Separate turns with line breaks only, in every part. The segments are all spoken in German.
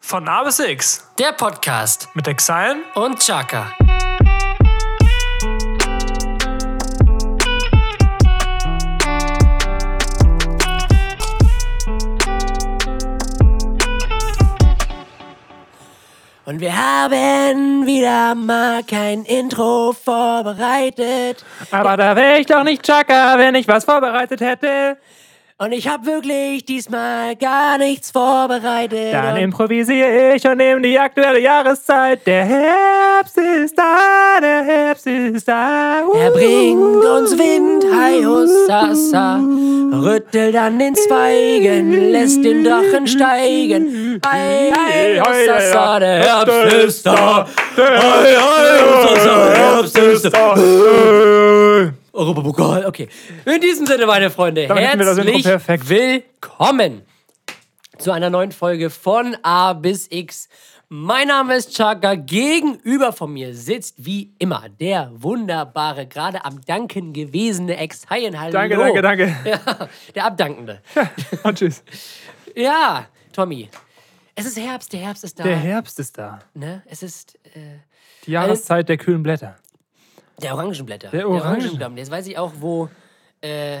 Von A bis X
Der Podcast
mit Exilen
und Chaka. Und wir haben wieder mal kein Intro vorbereitet.
Aber da wäre ich doch nicht Chaka, wenn ich was vorbereitet hätte.
Und ich habe wirklich diesmal gar nichts vorbereitet.
Dann
Und
improvisiere ich und nehme die aktuelle Jahreszeit. Der Herbst ist da, der Herbst ist da. Uh.
Er bringt uns Wind, hi hossassa, rüttelt an den Zweigen, lässt den Drachen steigen. Hi, hi, hossassa, der Herbst ist da. Hi, hi, hossassa, der Herbst ist da. Europapokal, okay. In diesem Sinne, meine Freunde,
Damit hätten wir das Intro
herzlich
perfekt.
willkommen zu einer neuen Folge von A bis X. Mein Name ist Chaka. Gegenüber von mir sitzt wie immer der wunderbare, gerade am Danken gewesene Ex-Haien. Hallo.
Danke, danke, danke.
Ja, der Abdankende.
Und tschüss.
Ja, Tommy. Es ist Herbst, der Herbst ist da.
Der Herbst ist da.
ne? Es ist äh,
Die Jahreszeit der kühlen Blätter.
der Orangenblätter.
Der Orangen-
Orangenstamm. Jetzt weiß ich auch, wo äh,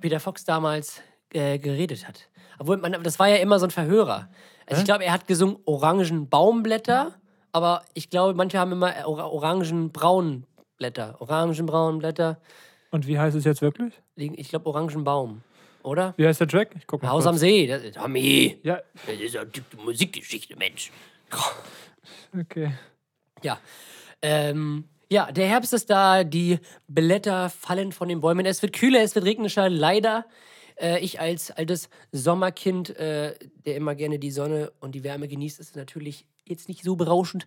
Peter Fox damals äh, geredet hat. Obwohl, man, das war ja immer so ein Verhörer. Also ich glaube, er hat gesungen Orangenbaumblätter, aber ich glaube, manche haben immer äh, Ora- Orangenbraunblätter. Orangenbraunblätter.
Und wie heißt es jetzt wirklich?
liegen- Ich glaube, Orangenbaum. Oder?
Wie heißt der Track? Ich guck mal.
Haus
kurz.
am See. Das, Tommy.
Ja,
Das ist ja die Musikgeschichte, Mensch.
okay.
Ja. Ähm, ja, der Herbst ist da, die Blätter fallen von den Bäumen. Es wird kühler, es wird regnischer, leider. Äh, ich als altes Sommerkind, äh, der immer gerne die Sonne und die Wärme genießt, ist natürlich jetzt nicht so berauschend.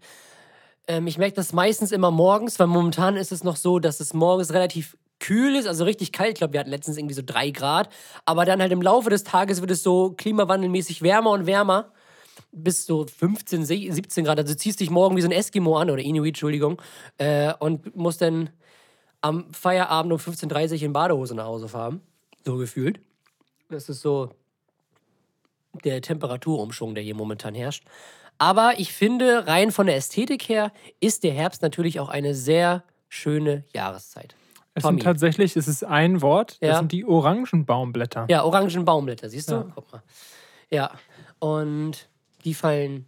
Ähm, ich merke das meistens immer morgens, weil momentan ist es noch so, dass es morgens relativ kühl ist, also richtig kalt. Ich glaube, wir hatten letztens irgendwie so drei Grad. Aber dann halt im Laufe des Tages wird es so klimawandelmäßig wärmer und wärmer bis so 15, se- 17 Grad. Also ziehst dich morgen wie so ein Eskimo an oder Inuit, Entschuldigung, äh, und musst dann am Feierabend um 15.30 Uhr in Badehose nach Hause fahren. So gefühlt. Das ist so der Temperaturumschwung, der hier momentan herrscht. Aber ich finde, rein von der Ästhetik her ist der Herbst natürlich auch eine sehr schöne Jahreszeit.
Es
Tommy.
sind tatsächlich, es ist ein Wort, das
Ja.
sind die Orangenbaumblätter.
Ja, Orangenbaumblätter, siehst du?
Ja.
Guck mal. Ja. Und die fallen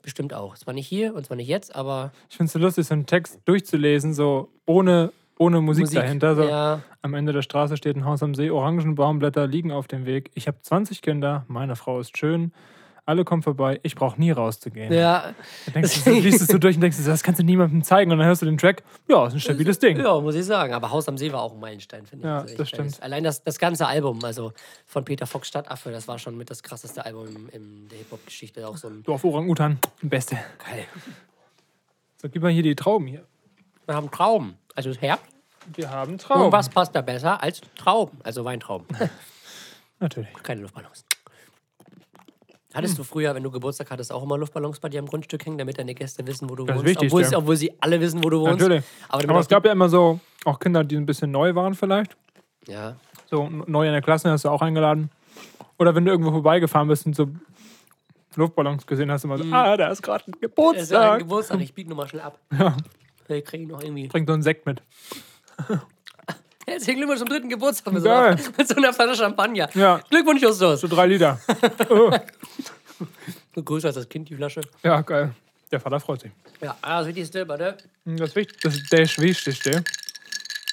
bestimmt auch. Zwar nicht hier und zwar nicht jetzt, aber
Ich finde es so lustig, so einen Text durchzulesen, so ohne, ohne Musik,
Musik.
dahinter. So.
Ja,
Am Ende der Straße steht ein Haus am See, Orangenbaumblätter liegen auf dem Weg. Ich habe 20 Kinder, meine Frau ist schön, alle kommen vorbei, ich brauche nie rauszugehen.
ja.
Dann Denkst du, liest es so durch und denkst, du, das kannst du niemandem zeigen. Und dann hörst du den Track, ja, ist ein stabiles Ding.
ja, muss ich sagen. Aber Haus am See war auch ein Meilenstein, finde ich.
Ja,
echt
das
geiles-
stimmt.
Allein das, das ganze Album, also von Peter Fox Stadtaffe, das war schon mit das krasseste Album in, in der Hip-Hop-Geschichte. Auch so ein
Dorf Orang-Utan, die Beste.
geil.
So, gib mal hier die Trauben hier.
Wir haben Trauben, also Herbst.
Wir haben
Und
Trauben.
was passt da besser als Trauben, also Weintrauben.
Natürlich.
Keine Luftballons. Hattest du früher, wenn du Geburtstag hattest, auch immer Luftballons bei dir am Grundstück hängen, damit deine Gäste wissen, wo du
Das
wohnst?
Wichtigste.
Obwohl, sie- obwohl sie alle wissen, wo du wohnst.
Natürlich.
Aber, damit
Aber es
auch
gab ja immer so, auch Kinder, die ein bisschen neu waren vielleicht.
die, ja.
So n- neu in der Klasse hast du auch eingeladen. Oder wenn du irgendwo vorbeigefahren bist und so Luftballons gesehen hast, immer so, ah, da ist gerade ein
Es ist Mhm. Also ein
Geburtstag.
Geburtstag, ich biege nochmal schnell ab. Vielleicht kriege ich noch irgendwie.
Bringt so einen Sekt mit.
Herzlichen Glückwunsch zum dritten Geburtstag mit so,
Geil.
einer, mit so einer Flasche Champagner.
Ja.
Glückwunsch, Justus.
So drei Liter. oh.
So größer als das Kind, die Flasche.
Ja, geil. Der Vater freut sich. Hm,
Ja, ah, das Wichtigste, warte.
Das, Wicht- das ist der Wichtigste.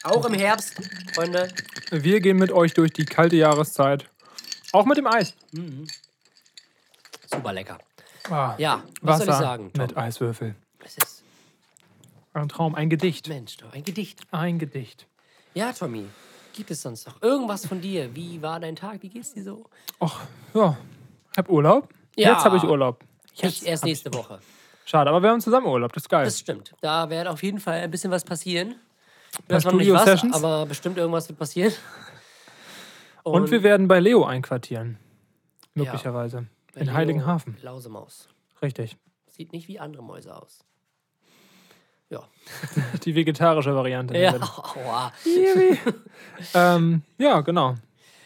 Auch im Herbst, Freunde.
Wir gehen mit euch durch die kalte Jahreszeit. Auch mit dem Eis.
Super lecker.
Ah,
Ja, was
Wasser
soll ich sagen? Tom?
mit Eiswürfel.
Es ist,
Ein Traum, ein Gedicht.
Mensch, Tom, ein Gedicht.
Ein Gedicht.
Ja, Tommy, gibt es sonst noch irgendwas von dir? Wie war dein Tag? Wie geht's dir so?
Ach, ja. Ich hab Urlaub.
Ja.
Jetzt habe ich Urlaub.
Ich erst nächste Woche.
Schade, aber wir haben zusammen Urlaub. Das ist geil.
Das stimmt. Da wird auf jeden Fall ein bisschen was passieren. Ich
paar
weiß noch nicht was,
Studio-Sessions.
aber bestimmt irgendwas wird passieren.
Und, wir werden bei Leo einquartieren. Möglicherweise. In
Leo
Heiligenhafen.
Lausemaus.
Richtig.
Sieht nicht wie andere Mäuse aus. Ja.
Die vegetarische Variante.
Ja, aua.
Ähm, ja, genau.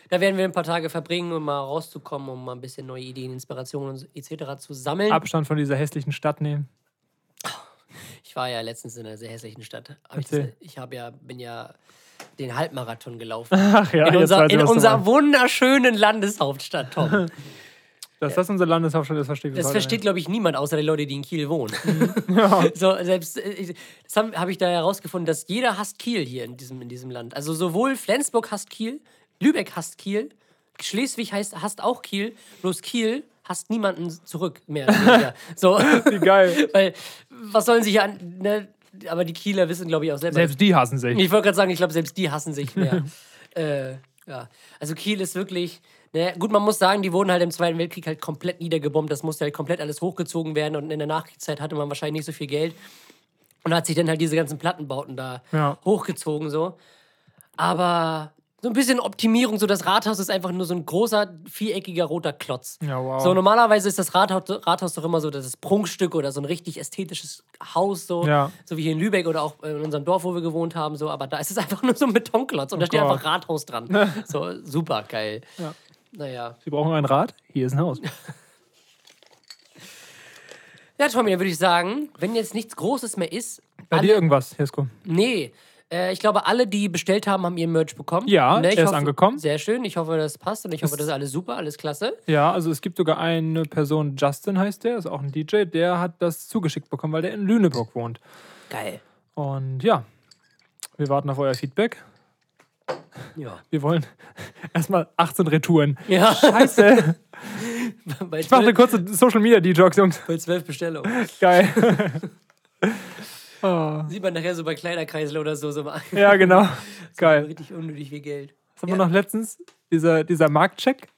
Da werden wir ein paar Tage verbringen, um mal rauszukommen, um mal ein bisschen neue Ideen, Inspirationen und etc. zu sammeln.
Abstand von dieser hässlichen Stadt nehmen.
Ich war ja letztens in einer sehr hässlichen Stadt. Hab ich
Erzähl.
das- ich habe ja, bin ja den Halbmarathon gelaufen.
Ach ja,
in
jetzt
unser,
weiß ich,
in
was du
unserer
meinst.
wunderschönen Landeshauptstadt, Tom.
Dass das unser Landeshauptstadt ist, verstehe ich bis
Das
heute
versteht,
nicht.
glaube ich, niemand, außer die Leute, die in Kiel wohnen. so, selbst, äh, ich- das habe hab ich da herausgefunden, dass jeder hasst Kiel hier in diesem, in diesem Land. Also sowohl Flensburg hasst Kiel, Lübeck hasst Kiel, Schleswig heißt, hasst auch Kiel, bloß Kiel hasst niemanden zurück mehr. oder weniger. so,
Wie geil.
weil, was sollen sie hier an... Ne? Aber die Kieler wissen, glaube ich, auch selber.
Selbst die hassen sich.
Ich wollte gerade sagen, ich glaube, selbst die hassen sich mehr. äh, ja. Also Kiel ist wirklich. Ne, gut, man muss sagen, die wurden halt im Zweiten Weltkrieg halt komplett niedergebombt. Das musste halt komplett alles hochgezogen werden. Und in der Nachkriegszeit hatte man wahrscheinlich nicht so viel Geld. Und hat sich dann halt diese ganzen Plattenbauten da
Ja.
hochgezogen so. Aber so ein bisschen Optimierung. So das Rathaus ist einfach nur so ein großer, viereckiger roter Klotz.
Ja, wow.
So normalerweise ist das Rathaus, Rathaus doch immer so das Prunkstück oder so ein richtig ästhetisches Haus. So
Ja.
so wie hier in Lübeck oder auch in unserem Dorf, wo wir gewohnt haben, so, aber da ist es einfach nur so ein Betonklotz und da steht
Oh Gott.
einfach Rathaus dran. so, super geil.
Ja.
Naja.
Sie brauchen ein Rad? Hier ist ein Haus.
Ja, Tommy, dann würde ich sagen, wenn jetzt nichts Großes mehr ist,
Bei dir irgendwas, Jesko.
nee. Äh, ich glaube, alle, die bestellt haben, haben ihren Merch bekommen. Ne,
Ja,
ich
er ist
hoffe-
angekommen.
Sehr schön. Ich hoffe, das passt und ich hoffe, das ist alles super, alles klasse.
Ja, also es gibt sogar eine Person, Justin heißt der, ist auch ein DJ, der hat das zugeschickt bekommen, weil der in Lüneburg wohnt.
Geil.
Und ja, wir warten auf euer Feedback.
Ja.
Wir wollen erstmal 18 Retouren.
Ja,
Scheiße.
bei,
Ich mache eine
zwölf,
kurze Social Media Detox, Jungs.
bei zwölf Bestellungen.
Geil.
Sieht man nachher so bei Kleiderkreisel oder so, so mal
Ja, genau. Geil.
richtig unnötig viel Geld.
Was haben wir noch letztens? Dieser, dieser Marktcheck.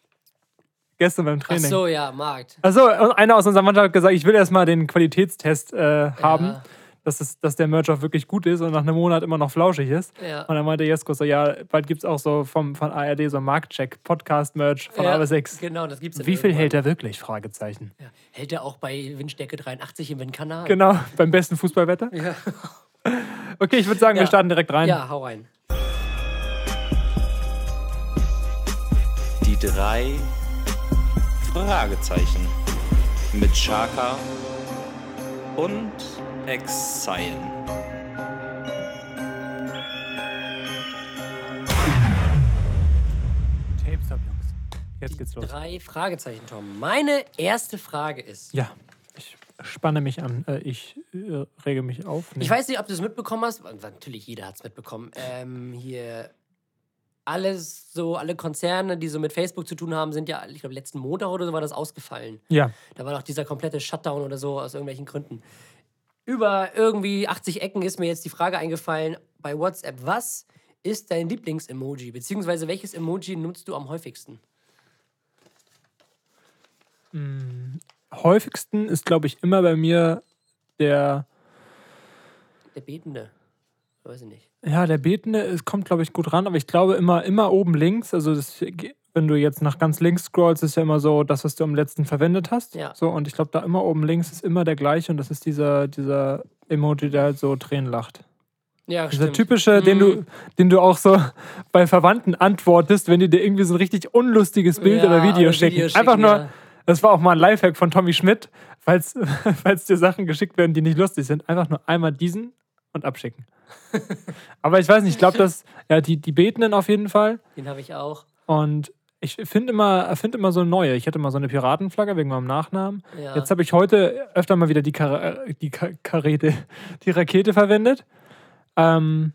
Gestern beim
Ach
Training.
so, ja, Markt.
Also einer aus unserer Mannschaft hat gesagt, ich will erstmal den Qualitätstest äh, haben, dass, es, dass der Merch auch wirklich gut ist und nach einem Monat immer noch flauschig ist.
Ja.
Und dann meinte Jesko so, ja, bald gibt es auch so vom, von ARD so einen Marktcheck, Podcast-Merch von
Ja,
A bis 6.
Genau, das gibt's dann
Wie viel
irgendwann.
hält er wirklich? Fragezeichen.
Ja. Hält er auch bei Windstärke 83 im Windkanal?
Genau, beim besten Fußballwetter.
Ja.
Okay, ich würde sagen,
Ja.
wir starten direkt rein.
Ja, hau rein.
Die drei Fragezeichen mit Shaka und Exile.
Tapes ab, Jungs. Jetzt geht's los.
Drei Fragezeichen, Tom. Meine erste Frage ist:
Ja, ich spanne mich an. Äh, ich äh, rege mich auf. Nee.
Ich weiß nicht, ob du es mitbekommen hast. weil Natürlich, jeder hat es mitbekommen. Ähm, hier alles so, alle Konzerne, die so mit Facebook zu tun haben, sind ja, ich glaube, letzten Montag oder so war das ausgefallen.
Ja,
Da war doch dieser komplette Shutdown oder so aus irgendwelchen Gründen. Über irgendwie 80 Ecken ist mir jetzt die Frage eingefallen bei WhatsApp, was ist dein Lieblings-Emoji? Beziehungsweise welches Emoji nutzt du am häufigsten?
häufigsten ist, glaube ich, immer bei mir der
Der Betende. Weiß ich nicht.
Ja, der Betende es kommt, glaube ich, gut ran, aber ich glaube immer, immer oben links. Also, das, wenn du jetzt nach ganz links scrollst, ist ja immer so das, was du am letzten verwendet hast.
Ja.
So, und ich glaube, da immer oben links ist immer der gleiche und das ist dieser, dieser Emoji, der halt so Tränen lacht.
Ja,
Dieser
stimmt. Mhm.
typische, den, du, den du auch so bei Verwandten antwortest, wenn die dir irgendwie so ein richtig unlustiges Bild
Ja,
oder Video
oder
schicken.
Video
Einfach
schicken,
nur,
ja.
das war auch mal ein Lifehack von Tommy Schmidt, falls, falls dir Sachen geschickt werden, die nicht lustig sind. Einfach nur einmal diesen und abschicken. Aber ich weiß nicht, ich glaube, dass ja, die, die Betenden auf jeden Fall.
Den habe ich auch.
Und ich finde immer, find immer so neue. Ich hatte mal so eine Piratenflagge wegen meinem Nachnamen.
Ja.
Jetzt habe ich heute öfter mal wieder die, Kar äh, die Ka Karete, die Rakete verwendet. Ähm,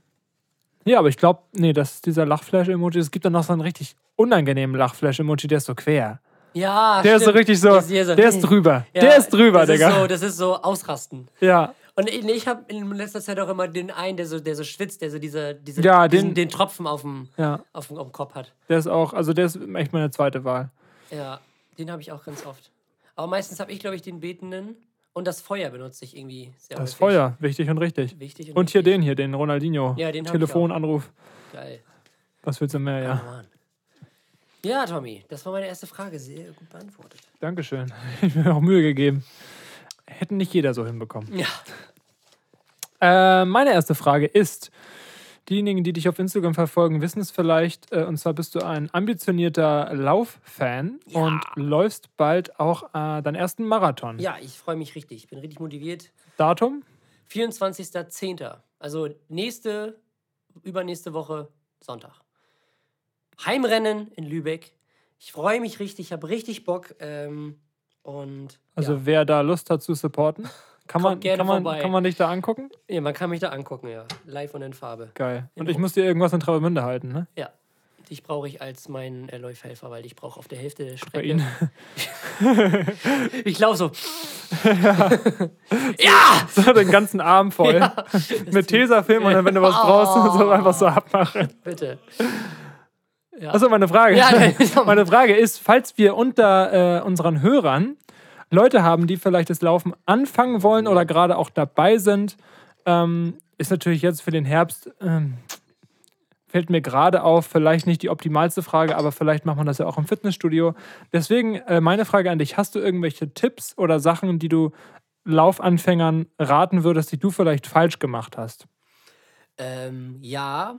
ja, aber ich glaube, nee, das ist dieser Lachflash-Emoji. Es gibt dann noch so einen richtig unangenehmen Lachflash-Emoji, der ist so quer.
Ja,
Der
stimmt.
ist so richtig so,
Das ist hier so-
der ist drüber.
Ja,
der ist drüber,
das
Digga.
Ist so, das ist so ausrasten.
ja,
Und ich, ich habe in letzter Zeit auch immer den einen, der so, der so schwitzt, der so diese, diese,
Ja,
diesen,
den-
den Tropfen auf dem,
ja.
auf dem, auf dem Kopf hat.
Der ist auch, also der ist echt meine zweite Wahl.
Ja, den habe ich auch ganz oft. Aber meistens habe ich, glaube ich, den Betenden und das Feuer benutze ich irgendwie sehr
Das
häufig.
Feuer, wichtig und richtig.
Wichtig und
Und hier
richtig.
den hier, den Ronaldinho.
Ja, den hab ich auch.
Telefonanruf.
Geil.
Was willst du mehr, ja.
Mann. Ja, Tommy, das war meine erste Frage. Sehr gut beantwortet.
Dankeschön. Ich habe mir auch Mühe gegeben. Hätten nicht jeder so hinbekommen.
Ja.
Äh, meine erste Frage ist: Diejenigen, die dich auf Instagram verfolgen, wissen es vielleicht. Äh, und zwar bist du ein ambitionierter Lauffan und läufst bald auch äh, deinen ersten Marathon.
Ja, ich freue mich richtig. Ich bin richtig motiviert.
Datum?
24.10. Also nächste, übernächste Woche Sonntag. Heimrennen in Lübeck. Ich freue mich richtig, ich habe richtig Bock. Ähm, und
Also wer da Lust hat zu supporten, kann man,
Kommt gerne
kann, man,
vorbei.
kann man dich da angucken?
ja. ja, man kann mich da angucken, ja. Live und in Farbe.
Geil. Und
In
ich muss dir irgendwas in Travemünde halten, ne?
Ja. Dich brauche ich als meinen äh, Läufhelfer, weil ich brauche auf der Hälfte der
Bei
Strecke.
Ihnen.
Ich laufe so. ja!
So den ganzen Arm voll. Mit Tesafilm und dann, wenn du
Oh.
was brauchst, so einfach so abmachen.
Bitte. Ja.
Achso, meine Frage.
Ja, nein.
meine Frage ist, falls wir unter äh, unseren Hörern Leute haben, die vielleicht das Laufen anfangen wollen oder gerade auch dabei sind, ähm, ist natürlich jetzt für den Herbst, ähm, fällt mir gerade auf, vielleicht nicht die optimalste Frage, aber vielleicht macht man das ja auch im Fitnessstudio. Deswegen äh, meine Frage an dich, hast du irgendwelche Tipps oder Sachen, die du Laufanfängern raten würdest, die du vielleicht falsch gemacht hast?
Ähm, ja.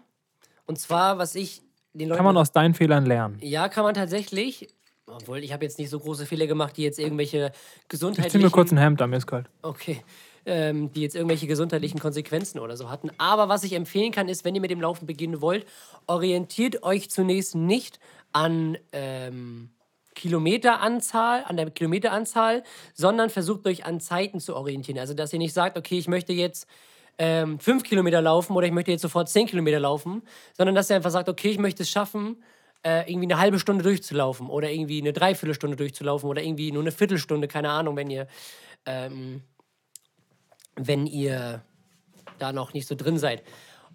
Und zwar, was ich den Leuten.
Kann man aus deinen Fehlern lernen?
ja, kann man tatsächlich. Obwohl, ich habe jetzt nicht so große Fehler gemacht, die jetzt irgendwelche
Ich
gesundheitlichen.
zieh mir kurz ein Hemd an, mir ist kalt.
Okay. Ähm, die jetzt irgendwelche gesundheitlichen Konsequenzen oder so hatten. Aber was ich empfehlen kann, ist, wenn ihr mit dem Laufen beginnen wollt, orientiert euch zunächst nicht an ähm, Kilometeranzahl, an der Kilometeranzahl, sondern versucht euch an Zeiten zu orientieren. Also, dass ihr nicht sagt, okay, ich möchte jetzt ähm, fünf Kilometer laufen oder ich möchte jetzt sofort zehn Kilometer laufen, sondern dass ihr einfach sagt, okay, ich möchte es schaffen, äh, irgendwie eine halbe Stunde durchzulaufen oder irgendwie eine Dreiviertelstunde durchzulaufen oder irgendwie nur eine Viertelstunde, keine Ahnung, wenn ihr ähm, wenn ihr da noch nicht so drin seid.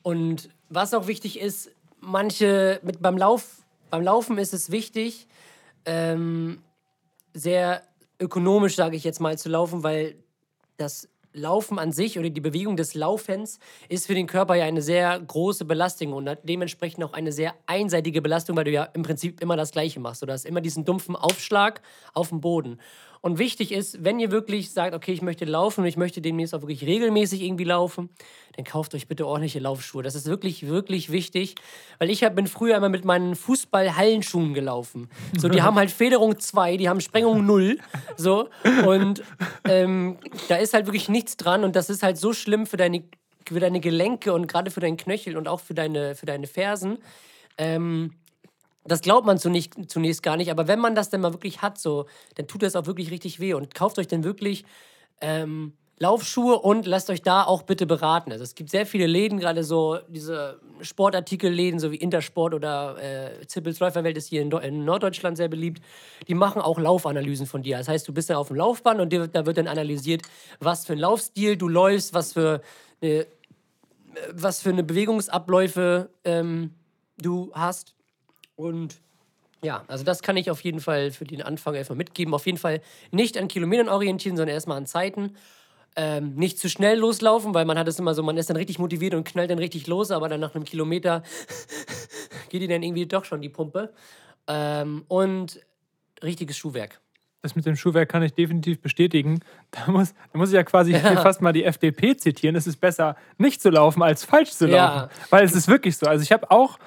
Und was auch wichtig ist, manche mit beim Lauf, beim Laufen ist es wichtig, ähm, sehr ökonomisch, sage ich jetzt mal, zu laufen, weil das Laufen an sich oder die Bewegung des Laufens ist für den Körper ja eine sehr große Belastung und hat dementsprechend auch eine sehr einseitige Belastung, weil du ja im Prinzip immer das Gleiche machst. Du hast immer diesen dumpfen Aufschlag auf dem Boden. Und wichtig ist, wenn ihr wirklich sagt, okay, ich möchte laufen und ich möchte demnächst auch wirklich regelmäßig irgendwie laufen, dann kauft euch bitte ordentliche Laufschuhe. Das ist wirklich, wirklich wichtig, weil ich hab, bin früher immer mit meinen Fußball-Hallenschuhen gelaufen. So, die haben halt Federung 2, die haben Sprengung 0. So, und ähm, da ist halt wirklich nichts dran und das ist halt so schlimm für deine, für deine Gelenke und gerade für deinen Knöchel und auch für deine, für deine Fersen. Ähm, das glaubt man zunächst, zunächst gar nicht, aber wenn man das denn mal wirklich hat, so, dann tut das auch wirklich richtig weh und kauft euch dann wirklich ähm, Laufschuhe und lasst euch da auch bitte beraten. Also es gibt sehr viele Läden, gerade so diese Sportartikelläden, so wie Intersport oder äh, Zippels Läuferwelt ist hier in, Do- in Norddeutschland sehr beliebt. Die machen auch Laufanalysen von dir. Das heißt, du bist dann auf dem Laufband und dir, wird- da wird dann analysiert, was für ein Laufstil du läufst, was für eine, äh, was für eine Bewegungsabläufe ähm, du hast. Und ja, also das kann ich auf jeden Fall für den Anfang erstmal mitgeben. Auf jeden Fall nicht an Kilometern orientieren, sondern erstmal an Zeiten. Ähm, nicht zu schnell loslaufen, weil man hat es immer so, man ist dann richtig motiviert und knallt dann richtig los, aber dann nach einem Kilometer geht dir dann irgendwie doch schon die Pumpe. Ähm, und richtiges Schuhwerk.
Das mit dem Schuhwerk kann ich definitiv bestätigen. Da muss, da muss ich ja quasi hier fast mal die FDP zitieren. Es ist besser, nicht zu laufen, als falsch zu
Ja.
laufen. Weil es ist wirklich so. Also ich habe auch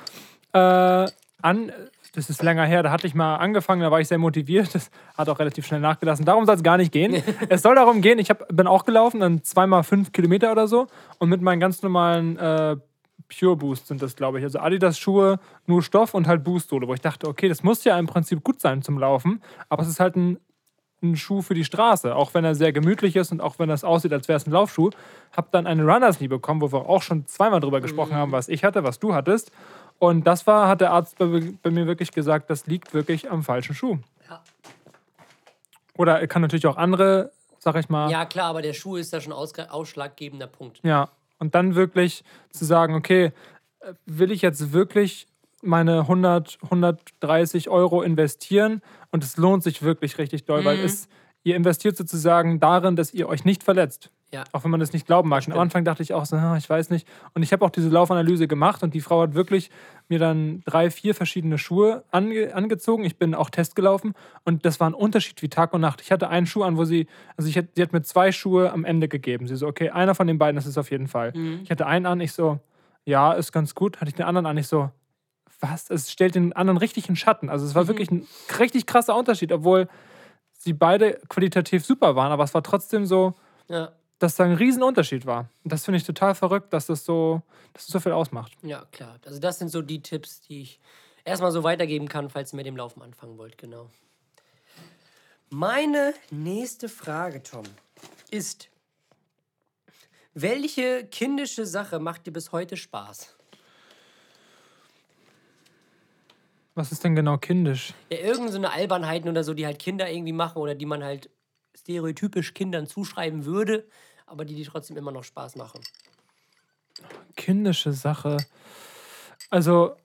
äh, an, das ist länger her, da hatte ich mal angefangen, da war ich sehr motiviert. Das hat auch relativ schnell nachgelassen. Darum soll es gar nicht gehen. es soll darum gehen, ich hab, bin auch gelaufen, dann zweimal fünf Kilometer oder so. Und mit meinen ganz normalen äh, Pure Boost sind das, glaube ich. Also Adidas Schuhe, nur Stoff und halt Boost-Sohle, wo ich dachte, okay, das muss ja im Prinzip gut sein zum Laufen, aber es ist halt ein, ein Schuh für die Straße, auch wenn er sehr gemütlich ist und auch wenn das aussieht, als wäre es ein Laufschuh. Hab dann eine Runners Knee bekommen, wo wir auch schon zweimal drüber gesprochen haben, was ich hatte, was du hattest. Und das war, hat der Arzt bei, bei mir wirklich gesagt, das liegt wirklich am falschen Schuh.
Ja.
Oder er kann natürlich auch andere, sag ich mal,
Ja, klar, aber der Schuh ist da schon ausge- ausschlaggebender Punkt.
ja, und dann wirklich zu sagen, okay, äh, will ich jetzt wirklich meine 100, 130 Euro investieren und es lohnt sich wirklich richtig doll, weil es, ihr investiert sozusagen darin, dass ihr euch nicht verletzt.
Ja.
Auch wenn man das nicht glauben mag. Und am Anfang dachte ich auch so, "Ah, ich weiß nicht. Und ich habe auch diese Laufanalyse gemacht und die Frau hat wirklich mir dann drei, vier verschiedene Schuhe ange angezogen. Ich bin auch Test gelaufen und das war ein Unterschied wie Tag und Nacht. Ich hatte einen Schuh an, wo sie, also ich, hätt- sie hat mir zwei Schuhe am Ende gegeben. Sie so, okay, einer von den beiden ist es auf jeden Fall. Ich hatte einen an, ich so, ja, ist ganz gut, hatte ich den anderen eigentlich so, was? Es stellt den anderen richtig in Schatten. Also es war wirklich ein richtig krasser Unterschied, obwohl sie beide qualitativ super waren, aber es war trotzdem so,
Ja,
dass da ein Riesenunterschied war. Und das finde ich total verrückt, dass das so, dass das so viel ausmacht.
ja, klar. Also das sind so die Tipps, die ich erstmal so weitergeben kann, falls ihr mit dem Laufen anfangen wollt, genau. Meine nächste Frage, Tom, ist, welche kindische Sache macht dir bis heute Spaß?
Was ist denn genau kindisch?
Ja, irgend so eine Albernheiten oder so, die halt Kinder irgendwie machen oder die man halt stereotypisch Kindern zuschreiben würde, aber die die trotzdem immer noch Spaß machen.
kindische Sache. Also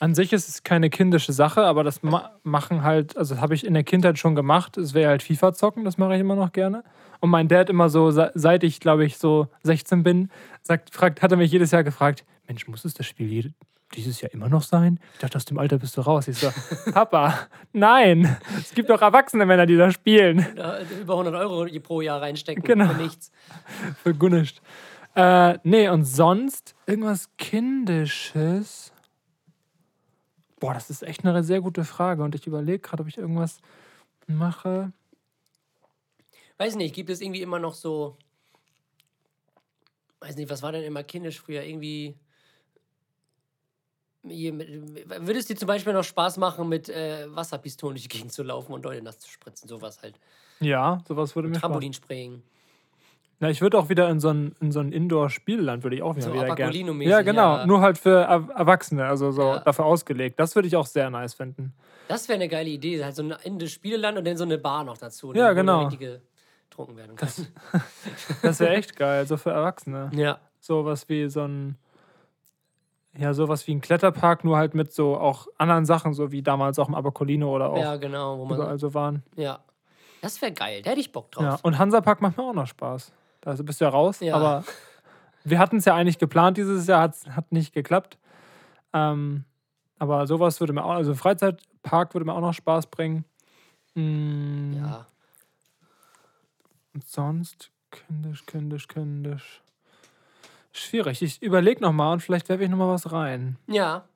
an sich ist es keine kindische Sache, aber das ma machen halt, also das habe ich in der Kindheit schon gemacht. Es wäre halt FIFA zocken, das mache ich immer noch gerne. Und mein Dad immer so, se- seit ich glaube ich so 16 bin, sagt, fragt, hat er mich jedes Jahr gefragt, Mensch, muss es das Spiel jede, dieses Jahr immer noch sein? Ich dachte, aus dem Alter bist du raus. Ich so, Papa, nein, es gibt doch erwachsene Männer, die das spielen.
Da über 100 Euro pro Jahr reinstecken
Genau.
für nichts.
Vergunnischt. Äh, nee, und sonst irgendwas Kindisches? Boah, das ist echt eine sehr gute Frage. Und ich überlege gerade, ob ich irgendwas mache.
Weiß nicht, gibt es irgendwie immer noch so. Weiß nicht, was war denn immer kindisch früher? Irgendwie. Hier mit- Würde es dir zum Beispiel noch Spaß machen, mit äh, Wasserpistolen durch die Gegend zu laufen und Leute nass zu spritzen? Sowas halt.
Ja, sowas würde mir Spaß.
Trampolinspringen.
Na, ich würde auch wieder in so ein, in so ein Indoor-Spielland, würde ich auch wieder,
So
wieder gerne.
Abacolino-mäßig,
Ja, genau.
ja.
Nur halt für Er- Erwachsene, also so
Ja.
dafür ausgelegt. Das würde ich auch sehr nice finden.
Das wäre eine geile Idee. Halt so ein Ende Spieleland und dann so eine Bar noch dazu.
Ja,
wo du
genau.
Richtige getrunken werden kann.
Das wäre echt geil, so für Erwachsene.
Ja.
sowas wie so ein ja sowas wie ein Kletterpark nur halt mit so auch anderen Sachen so wie damals auch im Abercolino oder auch
Ja, genau. Wo
überall
man,
so waren
ja. Das wäre geil. Da hätte ich Bock drauf.
ja und Hansapark macht mir auch noch Spaß da also bist du ja raus
Ja.
aber wir hatten es ja eigentlich geplant dieses Jahr hat's, hat nicht geklappt ähm, aber sowas würde mir auch also Freizeitpark würde mir auch noch Spaß bringen Mm,
ja.
und sonst kindisch kindisch kindisch schwierig ich überlege noch mal und vielleicht werfe ich noch mal was rein
Ja.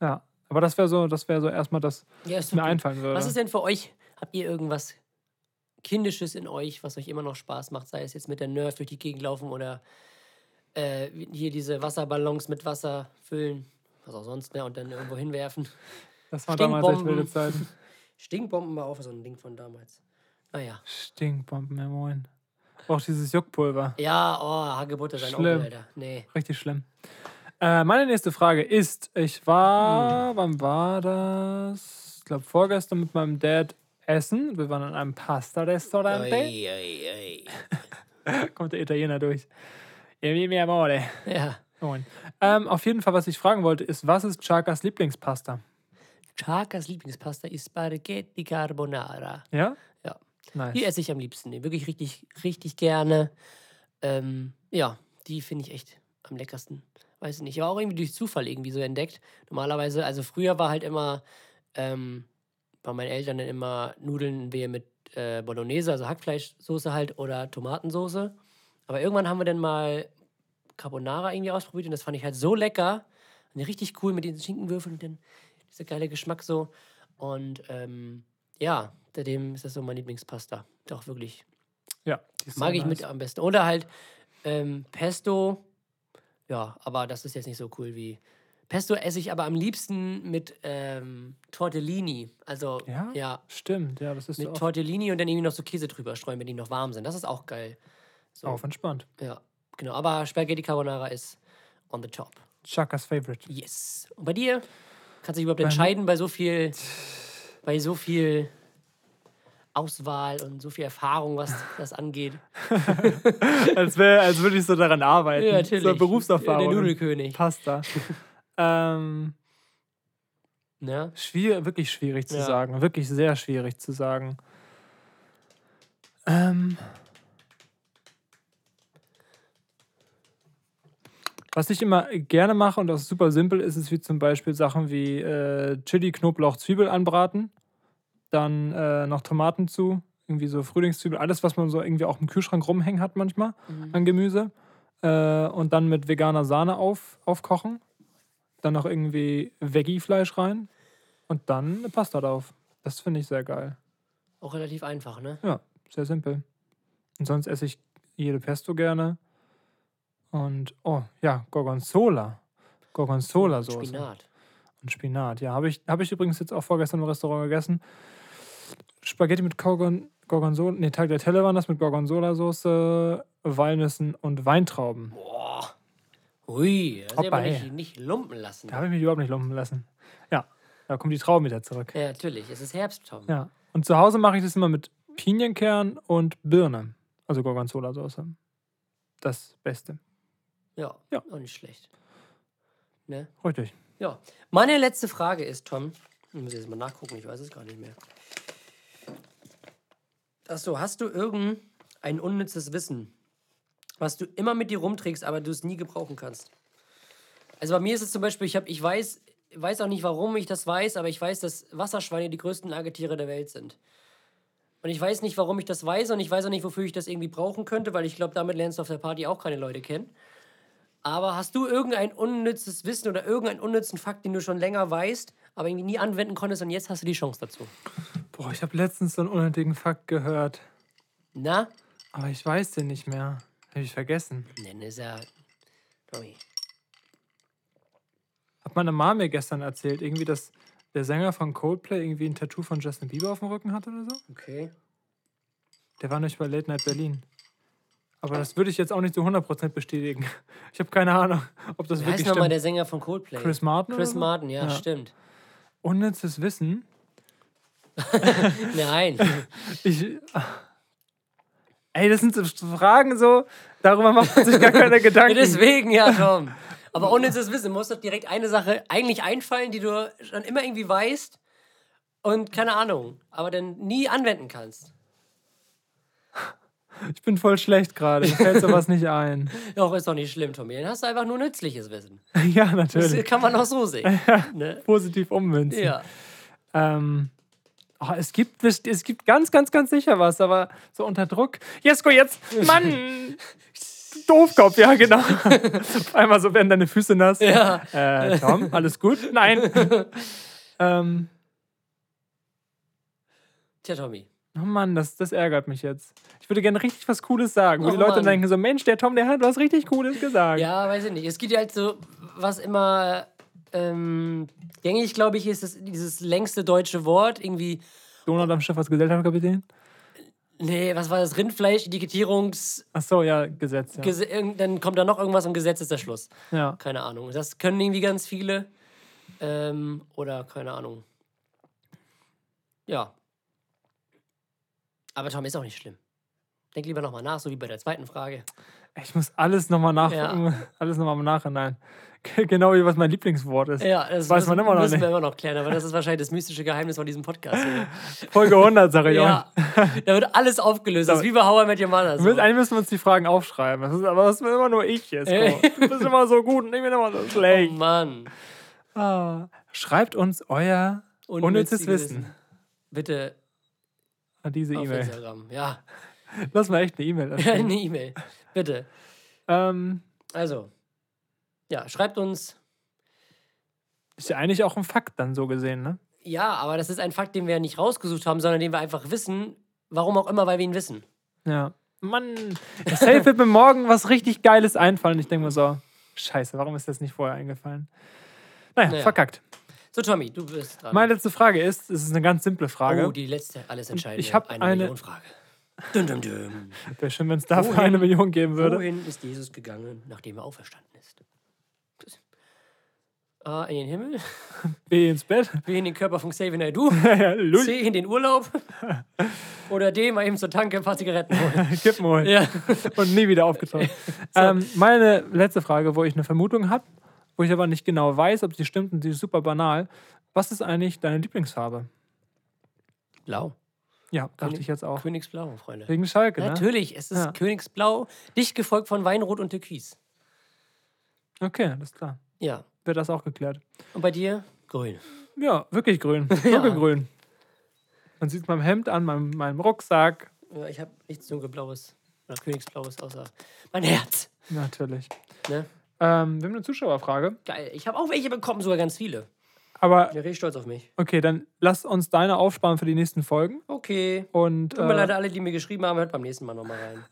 Ja, aber das wäre so, das wäre so erstmal das,
Ja,
was
ist
mir
okay.
einfallen würde.
Was ist denn für euch? Habt ihr irgendwas Kindisches in euch, was euch immer noch Spaß macht? Sei es jetzt mit der Nerf durch die Gegend laufen oder äh, hier diese Wasserballons mit Wasser füllen, was auch sonst, ne? Und dann irgendwo hinwerfen.
das war damals echt
Stinkbomben?
wilde Zeiten.
Stinkbomben war auch so ein Ding von damals. Ah Naja.
Stinkbomben, ja moin. Auch dieses Juckpulver.
Ja, oh, Hagebutte, sein
Schlimm.
Onkel, Alter. Nee.
Richtig schlimm. Äh, meine nächste Frage ist, ich
Hm.
war, wann war das? Ich glaube vorgestern mit meinem Dad essen. Wir waren in einem Pasta-Restaurant.
Oi, oi,
Kommt der Italiener durch. Ja, mi amore.
oi. Ja.
Moin. Ähm, auf jeden Fall, was ich fragen wollte, ist, was ist Chakas Lieblingspasta?
Chakas Lieblingspasta ist Spaghetti Carbonara.
Ja?
Ja.
Nice.
Die esse ich am liebsten. Die wirklich richtig, richtig gerne. Ähm, ja, die finde ich echt am leckersten. Weiß ich nicht. Aber auch irgendwie durch Zufall irgendwie so entdeckt. Normalerweise, also früher war halt immer ähm, bei meinen Eltern dann immer Nudeln wir mit äh, Bolognese, also Hackfleischsoße halt oder Tomatensoße. Aber irgendwann haben wir dann mal Carbonara irgendwie ausprobiert und das fand ich halt so lecker. Und richtig cool mit diesen Schinkenwürfeln und dann dieser geile Geschmack so. Und ähm, ja, seitdem ist das so mein Lieblingspasta. Doch, wirklich.
Ja, die ist so
Mag ich
nice.
mit am besten. Oder halt ähm, Pesto. Ja, aber das ist jetzt nicht so cool wie. Pesto esse ich aber am liebsten mit ähm, Tortellini. Also,
Ja?
ja,
Stimmt, ja, das ist
mit
so auf,
Tortellini und dann irgendwie noch so Käse drüber streuen, wenn die noch warm sind. Das ist auch geil. So,
auf entspannt.
ja, genau. Aber Spaghetti Carbonara ist on the top.
Chakas Favorite.
Yes. Und bei dir? Kannst du dich überhaupt
mir-
entscheiden bei so viel, bei so viel Auswahl und so viel Erfahrung, was das angeht?
als, wär, als würde ich so daran arbeiten.
Ja, natürlich.
So Berufserfahrung.
Der Nudelkönig.
Pasta. ähm,
Ne?
schwier wirklich schwierig zu
Ja.
sagen. Wirklich sehr schwierig zu sagen. Ähm, was ich immer gerne mache und das ist super simpel ist, ist wie zum Beispiel Sachen wie äh, Chili, Knoblauch, Zwiebel anbraten. Dann äh, noch Tomaten zu. Irgendwie so Frühlingszwiebel. Alles, was man so irgendwie auch im Kühlschrank rumhängen hat manchmal an Gemüse. äh, und dann mit veganer Sahne auf, aufkochen. Dann noch irgendwie Veggie-Fleisch rein und dann eine Pasta drauf. Das finde ich sehr geil.
Auch relativ einfach, ne?
Ja, sehr simpel. Und sonst esse ich jede Pesto gerne. Und, oh, ja, Gorgonzola. Gorgonzola-Soße.
Spinat.
Und Spinat, ja. Habe ich, hab ich übrigens jetzt auch vorgestern im Restaurant gegessen. Spaghetti mit Gorgon, Gorgonzola, nee, Tagliatelle waren das mit Gorgonzola-Soße, Walnüssen und Weintrauben.
Boah. Hui, das ist
Hoppa,
aber nicht,
ey.
nicht lumpen lassen.
Da habe ich mich überhaupt nicht lumpen lassen. Ja, da kommt die Traube wieder zurück.
Ja, natürlich. Es ist Herbst, Tom.
Ja. Und zu Hause mache ich das immer mit Pinienkern und Birne. Also Gorgonzola-Soße. Das Beste.
Ja,
Ja.
auch nicht schlecht. Ne?
Richtig.
Ja. Meine letzte Frage ist, Tom, ich muss jetzt mal nachgucken, ich weiß es gar nicht mehr. Achso, hast du irgendein unnützes Wissen, was du immer mit dir rumträgst, aber du es nie gebrauchen kannst? Also bei mir ist es zum Beispiel, ich, hab, ich weiß, weiß auch nicht, warum ich das weiß, aber ich weiß, dass Wasserschweine die größten Nagetiere der Welt sind. Und ich weiß nicht, warum ich das weiß und ich weiß auch nicht, wofür ich das irgendwie brauchen könnte, weil ich glaube, damit lernst du auf der Party auch keine Leute kennen. Aber hast du irgendein unnützes Wissen oder irgendeinen unnützen Fakt, den du schon länger weißt, aber irgendwie nie anwenden konntest und jetzt hast du die Chance dazu?
Boah, ich habe letztens so einen unnötigen Fakt gehört.
Na?
Aber ich weiß den nicht mehr. Habe ich vergessen.
Nein, ist ja. Tommy.
Hat meine Mama mir gestern erzählt, irgendwie, dass der Sänger von Coldplay irgendwie ein Tattoo von Justin Bieber auf dem Rücken hat oder so?
Okay.
Der war nicht bei Late Night Berlin. Aber das würde ich jetzt auch nicht zu 100% bestätigen. Ich habe keine Ahnung, ob das
Wie heißt
wirklich
nochmal
stimmt.
der Sänger von Coldplay?
Chris Martin?
Chris
oder so?
Martin, ja,
Ja.
stimmt.
Unnützes Wissen.
Nein.
Ich. Ey, das sind so Fragen so, darüber macht man sich gar keine Gedanken.
Deswegen, ja, Tom. Aber unnützes Wissen muss doch direkt eine Sache eigentlich einfallen, die du schon immer irgendwie weißt und keine Ahnung, aber dann nie anwenden kannst.
Ich bin voll schlecht gerade. Mir fällt sowas nicht ein.
Doch, ist doch nicht schlimm, Tommy. Dann hast du einfach nur nützliches Wissen.
Ja,
Das
natürlich.
kann man auch so sehen. ne?
Positiv ummünzen.
Ja.
Ähm, oh, es, gibt, best- es gibt ganz, ganz, ganz sicher was, aber so unter Druck. Jesko, jetzt, Mann! Doofkopf, ja, genau. Auf einmal so werden deine Füße nass.
Ja.
Äh, Tom, alles gut? Nein. ähm,
Tja, Tommy.
oh Mann, das, das ärgert mich jetzt. Ich würde gerne richtig was Cooles sagen, wo
Oh
die Leute
Mann.
denken so, Mensch, der Tom, der hat was richtig Cooles gesagt.
Ja, weiß ich nicht. Es gibt ja halt so, was immer ähm, gängig, glaube ich, ist, ist dieses längste deutsche Wort. Irgendwie,
Donald am Schiff als Gesellschaftskapitän?
nee, was war das? Rindfleisch, Etikettierungs.
Ach so, ja, Gesetz, ja.
Gese- irgend- Dann kommt da noch irgendwas und Gesetz ist der Schluss.
ja.
Keine Ahnung. Das können irgendwie ganz viele. Ähm, oder keine Ahnung. Ja. Aber Tom ist auch nicht schlimm. Denk lieber nochmal nach, so wie bei der zweiten Frage.
Ich muss alles nochmal nach,
Ja.
alles nochmal im Nachhinein. Genau wie was mein Lieblingswort ist.
Ja, das
Weiß man
müssen-
immer noch
müssen
nicht.
wir immer noch klären, aber das ist wahrscheinlich das mystische Geheimnis von diesem Podcast. Hier.
Folge 100, sage ich euch.
Ja, da wird alles aufgelöst. Das ist wie bei How I Met Your Mother.
Wir müssen-
So.
Eigentlich müssen wir uns die Fragen aufschreiben. Das ist, aber das bin immer nur ich jetzt.
Ey.
Du bist immer so gut und ich bin immer so
Oh
schlecht.
Mann.
Ah. Schreibt uns euer unnützes
Unnützes
Wissen
Wissen. Bitte
an diese
auf
E-Mail.
Instagram. Ja,
Lass mal echt eine E-Mail. öffnen.
eine E-Mail. Bitte.
ähm,
Also, ja, schreibt uns.
ist ja eigentlich auch ein Fakt dann so gesehen, ne?
Ja, aber das ist ein Fakt, den wir nicht rausgesucht haben, sondern den wir einfach wissen. Warum auch immer, weil wir ihn wissen.
Ja. Mann, safe wird mir morgen was richtig Geiles einfallen. Ich denke mir so, scheiße, warum ist das nicht vorher eingefallen? Naja,
Naja.
verkackt.
So, Tommy, du bist dran.
Meine letzte Frage ist, es ist eine ganz simple Frage.
oh, die letzte, alles entscheidende.
Ich hab eine-
Frage. Dum, dum, dum.
Wäre schön, wenn es dafür
Wohin?
eine Million
Oh,
geben würde.
Wohin ist Jesus gegangen, nachdem er auferstanden ist? A, in den Himmel.
B ins Bett.
B, in den Körper von Xavier Naidoo.
Ja, Lulli,
C in den Urlaub oder D mal eben zur Tanke ein paar Zigaretten holen.
kippen holen.
ja.
und nie wieder aufgetaucht. ähm, meine letzte Frage, wo ich eine Vermutung habe, wo ich aber nicht genau weiß, ob sie stimmt und sie ist super banal. Was ist eigentlich deine Lieblingsfarbe?
Blau.
Ja, dachte ich jetzt auch.
Königsblau, Freunde.
Wegen Schalke, ne?
Natürlich, es ist
Ja.
Königsblau, dicht gefolgt von Weinrot und Türkis.
Okay, alles klar.
Ja.
Wird das auch geklärt.
Und bei dir? Grün.
Ja, wirklich grün. Wirklich grün. Man sieht es meinem Hemd an, meinem, meinem Rucksack.
Ja, Ich habe nichts dunkelblaues. Königsblau ist außer mein Herz.
Natürlich.
Ne?
Ähm, wir haben eine Zuschauerfrage.
Geil. Ich habe auch welche bekommen, sogar ganz viele. Ich
Aber
bin richtig stolz auf mich.
okay, dann lass uns deine aufsparen für die nächsten Folgen.
Okay.
Und,
Tut mir leid,
äh,
alle, die mir geschrieben haben, hört beim nächsten Mal nochmal rein.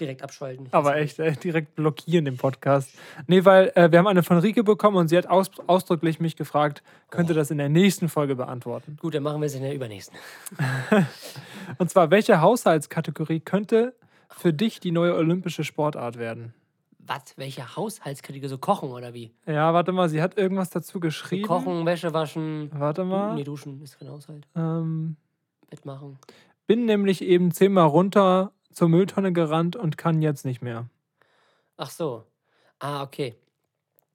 Direkt abschalten.
aber echt, äh, direkt blockieren den Podcast. Nee, weil äh, wir haben eine von Rike bekommen und sie hat aus ausdrücklich mich gefragt, könnte das in der nächsten Folge beantworten.
Gut, dann machen wir es in der übernächsten.
Und zwar, welche Haushaltskategorie könnte für dich die neue olympische Sportart werden?
Was? Welche Haushaltskategorie? So kochen oder wie?
Ja, warte mal, sie hat irgendwas dazu geschrieben.
Kochen, Wäsche waschen.
Warte
Nee,
mal.
duschen ist halt. kein Haushalt.
Ähm,
Bett machen.
bin nämlich eben zehnmal runter zur Mülltonne gerannt und kann jetzt nicht mehr.
Ach so. Ah, okay.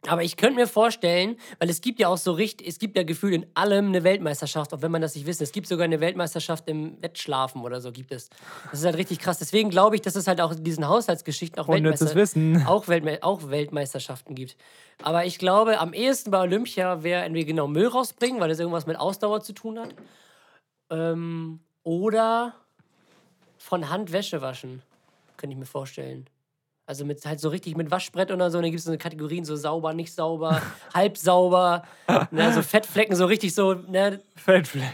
Aber ich könnte mir vorstellen, weil es gibt ja auch so richtig, es gibt ja gefühlt in allem eine Weltmeisterschaft, auch wenn man das nicht wissen. Es gibt sogar eine Weltmeisterschaft im Wettschlafen oder so gibt es. Das ist halt richtig krass. Deswegen glaube ich, dass es halt auch in diesen Haushaltsgeschichten auch,
Unnützes
Weltmeister
Wissen.
auch, Weltme auch Weltmeisterschaften gibt. Aber ich glaube, am ehesten bei Olympia wäre entweder genau Müll rausbringen, weil das irgendwas mit Ausdauer zu tun hat. Ähm, oder von Hand Wäsche waschen. Könnte ich mir vorstellen. Also mit halt so richtig mit Waschbrett oder so, und dann gibt es so Kategorien, so sauber, nicht sauber, halb sauber, ne, so Fettflecken, so richtig so, ne,
Feldfleck.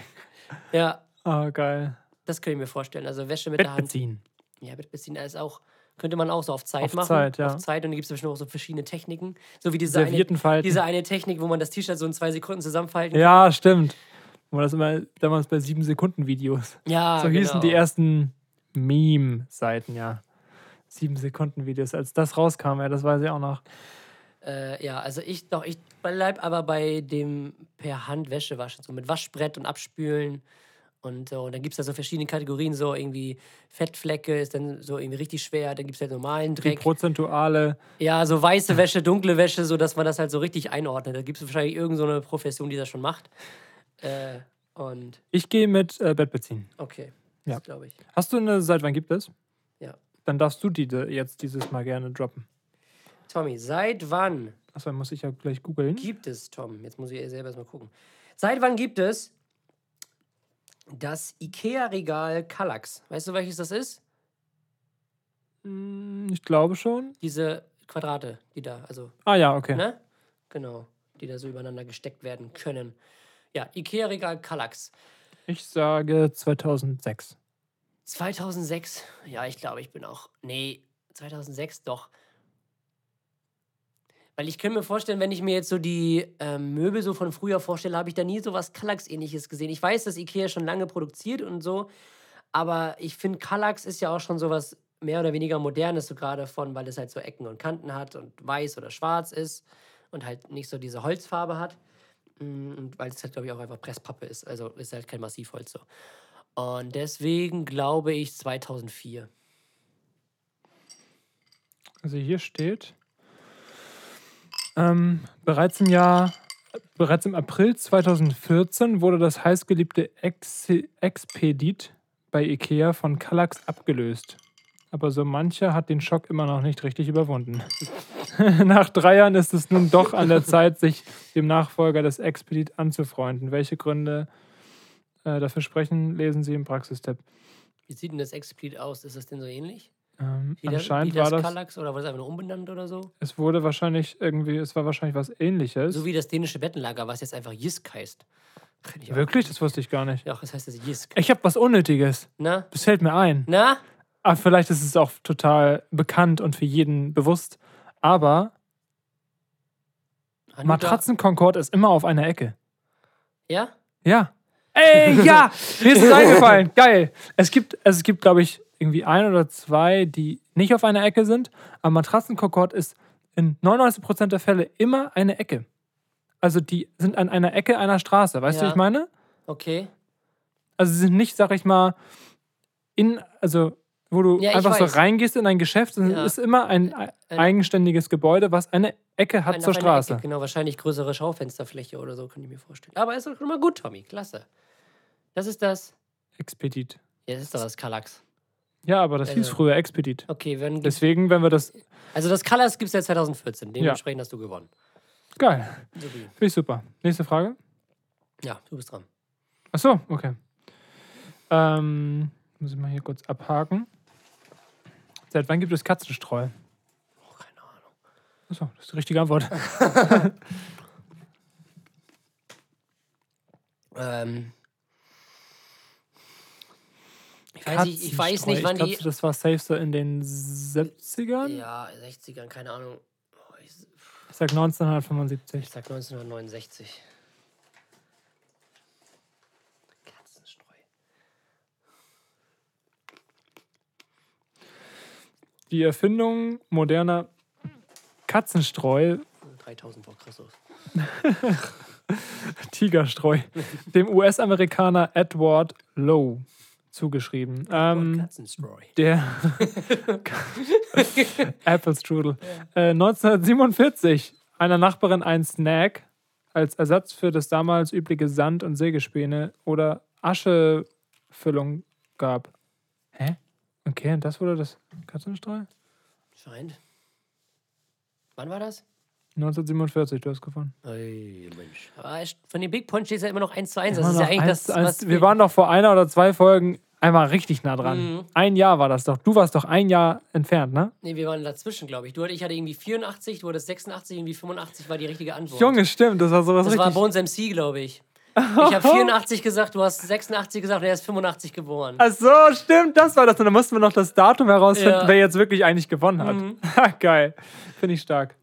ja,
Ah, geil.
das könnte ich mir vorstellen. Also Wäsche mit der Hand.
Bettbeziehen.
Ja, Bettbeziehen ist auch, könnte man auch so auf Zeit
Auf
machen.
Zeit, ja.
Auf Zeit und dann gibt es bestimmt auch so verschiedene Techniken. So wie diese, eine,
Servietten falten.
diese eine Technik, wo man das T-Shirt so in zwei Sekunden zusammenfalten
Ja, stimmt. War das immer damals bei 7-Sekunden-Videos.
Ja, genau.
so hießen die ersten Meme-Seiten, ja. 7-Sekunden-Videos. Als das rauskam, ja, das weiß ich auch noch.
Äh, ja, also ich doch, ich bleib aber bei dem per Hand Wäsche waschen, so mit Waschbrett und Abspülen. Und, so. und dann gibt es da so verschiedene Kategorien, so irgendwie Fettflecke ist dann so irgendwie richtig schwer, dann gibt es halt normalen
Die
Dreck.
prozentuale.
Ja, so weiße Wäsche, dunkle Wäsche, so dass man das halt so richtig einordnet. Da gibt es wahrscheinlich irgendeine so eine Profession, die das schon macht. Äh, und
Ich gehe mit äh, Bettbeziehen.
okay,
Ja.
das glaube ich.
Hast du eine, seit wann gibt es?
Ja.
Dann darfst du die de- jetzt dieses Mal gerne droppen.
Tommy, seit wann
Achso, dann muss ich ja gleich googeln.
gibt es, Tom? Jetzt muss ich eh selber erstmal gucken. Seit wann gibt es das IKEA-Regal Kallax? Weißt du, welches das ist?
Hm, Ich glaube schon.
Diese Quadrate, die da, also,
Ah ja, okay.
ne? Genau, die da so übereinander gesteckt werden können. Ja, IKEA-Regal Kallax.
Ich sage 2006.
2006, ja, ich glaube, ich bin auch. Nee, 2006 doch. Weil ich könnte mir vorstellen, wenn ich mir jetzt so die ähm, Möbel so von früher vorstelle, habe ich da nie so was Kallax-ähnliches gesehen. Ich weiß, dass Ikea schon lange produziert und so, aber ich finde, Kallax ist ja auch schon so was mehr oder weniger modernes so gerade von, weil es halt so Ecken und Kanten hat und weiß oder schwarz ist und halt nicht so diese Holzfarbe hat. Mm, Und weil es halt, glaube ich, auch einfach Presspappe ist. Also ist halt kein Massivholz so. Und deswegen glaube ich 2004.
Also hier steht ähm, bereits im Jahr, bereits im April 2014 wurde das heißgeliebte Ex Expedit bei IKEA von Kallax abgelöst. Aber so mancher hat den Schock immer noch nicht richtig überwunden. Nach drei Jahren ist es nun doch an der Zeit, sich dem Nachfolger des Expedit anzufreunden. Welche Gründe äh, dafür sprechen, lesen Sie im Praxistipp.
Wie sieht denn das Explit aus? Ist das denn so ähnlich?
Ähm,
Wie das,
anscheinend
wie das
war das,
Kallax oder war das einfach nur umbenannt oder so?
es wurde wahrscheinlich irgendwie, es war wahrscheinlich was Ähnliches.
So wie das dänische Bettenlager, was jetzt einfach Jisk heißt. Kenn ich auch.
Wirklich? Das wusste ich gar nicht.
Ja, das heißt das Jisk.
Ich habe was Unnötiges.
Na?
Das fällt mir ein.
Na?
Aber vielleicht ist es auch total bekannt und für jeden bewusst. Aber
Hanuta-
Matratzenkonkord ist immer auf einer Ecke.
Ja?
Ja. Ey, ja! Mir ist es eingefallen. Geil. Es gibt, es gibt glaube ich, irgendwie ein oder zwei, die nicht auf einer Ecke sind. Aber Matratzenkonkord ist in 99% der Fälle immer eine Ecke. Also die sind an einer Ecke einer Straße. Weißt du,
Ja.
wie ich meine?
Okay.
Also sie sind nicht, sag ich mal, in, also wo du
Ja, ich
einfach so
weiß.
reingehst in ein Geschäft, sondern
Ja.
es ist immer ein, e- eigenständiges Gebäude, was eine Ecke hat
Ein-
zur
auf einer
Straße.
Ecke, Genau, wahrscheinlich größere Schaufensterfläche oder so, könnte ich mir vorstellen. Aber ist doch schon mal gut, Tommy. Klasse. Das ist das.
Expedit.
Ja, das ist doch das Kallax.
Ja, aber das hieß
Also-
früher Expedit.
Okay, wenn,
Deswegen, wenn wir das.
also das Kallax gibt es ja 2014. Dementsprechend hast du gewonnen.
Geil.
Supi.
Finde ich super. Nächste Frage.
Ja, du bist dran.
Ach so, okay. Ähm, muss ich mal hier kurz abhaken. Seit wann gibt es Katzenstreu?
Oh, keine Ahnung.
Achso, das ist die richtige Antwort.
Ähm, ich weiß, nicht, ich weiß
Katzenstreu.
nicht, wann
ich glaub,
die.
Das war safe so in den 70ern?
Ja, 60ern, keine Ahnung. Oh, ich,
Ich sag 1975.
ich sag 1969. Katzenstreu.
Die Erfindung moderner Katzenstreu
3000 vor Christus.
Tigerstreu, dem US-Amerikaner Edward Lowe zugeschrieben. Ähm,
Katzenstreu.
der Apple Strudel. Äh, 1947 einer Nachbarin ein Snack als Ersatz für das damals übliche Sand- und Sägespäne oder Aschefüllung gab. Hä? Okay, und das wurde das Katzenstreu?
Scheint. Wann war das?
1947, du hast gewonnen.
Ey, Mensch. Aber es- von den Big Point steht es ja immer noch 1 zu 1. Das
Immer
ist ja
noch
eigentlich
eins
das,
zu eins.
was
wir waren doch vor einer oder zwei Folgen einmal richtig nah dran.
Mhm.
Ein Jahr war das doch. Du warst doch ein Jahr entfernt, ne?
Nee, wir waren dazwischen, glaube ich. Du, hatt- ich hatte irgendwie 84, du hattest 86, irgendwie 85 war die richtige Antwort.
Junge, stimmt, das war sowas
das war
richtig.
Bones MC, glaube ich. Ich habe 84 gesagt, du hast 86 gesagt und er ist 85 geboren.
Ach so, stimmt, das war das. Und dann mussten wir noch das Datum herausfinden,
Ja. Mhm.
wer jetzt wirklich eigentlich gewonnen hat. Ha, Geil. Finde ich stark.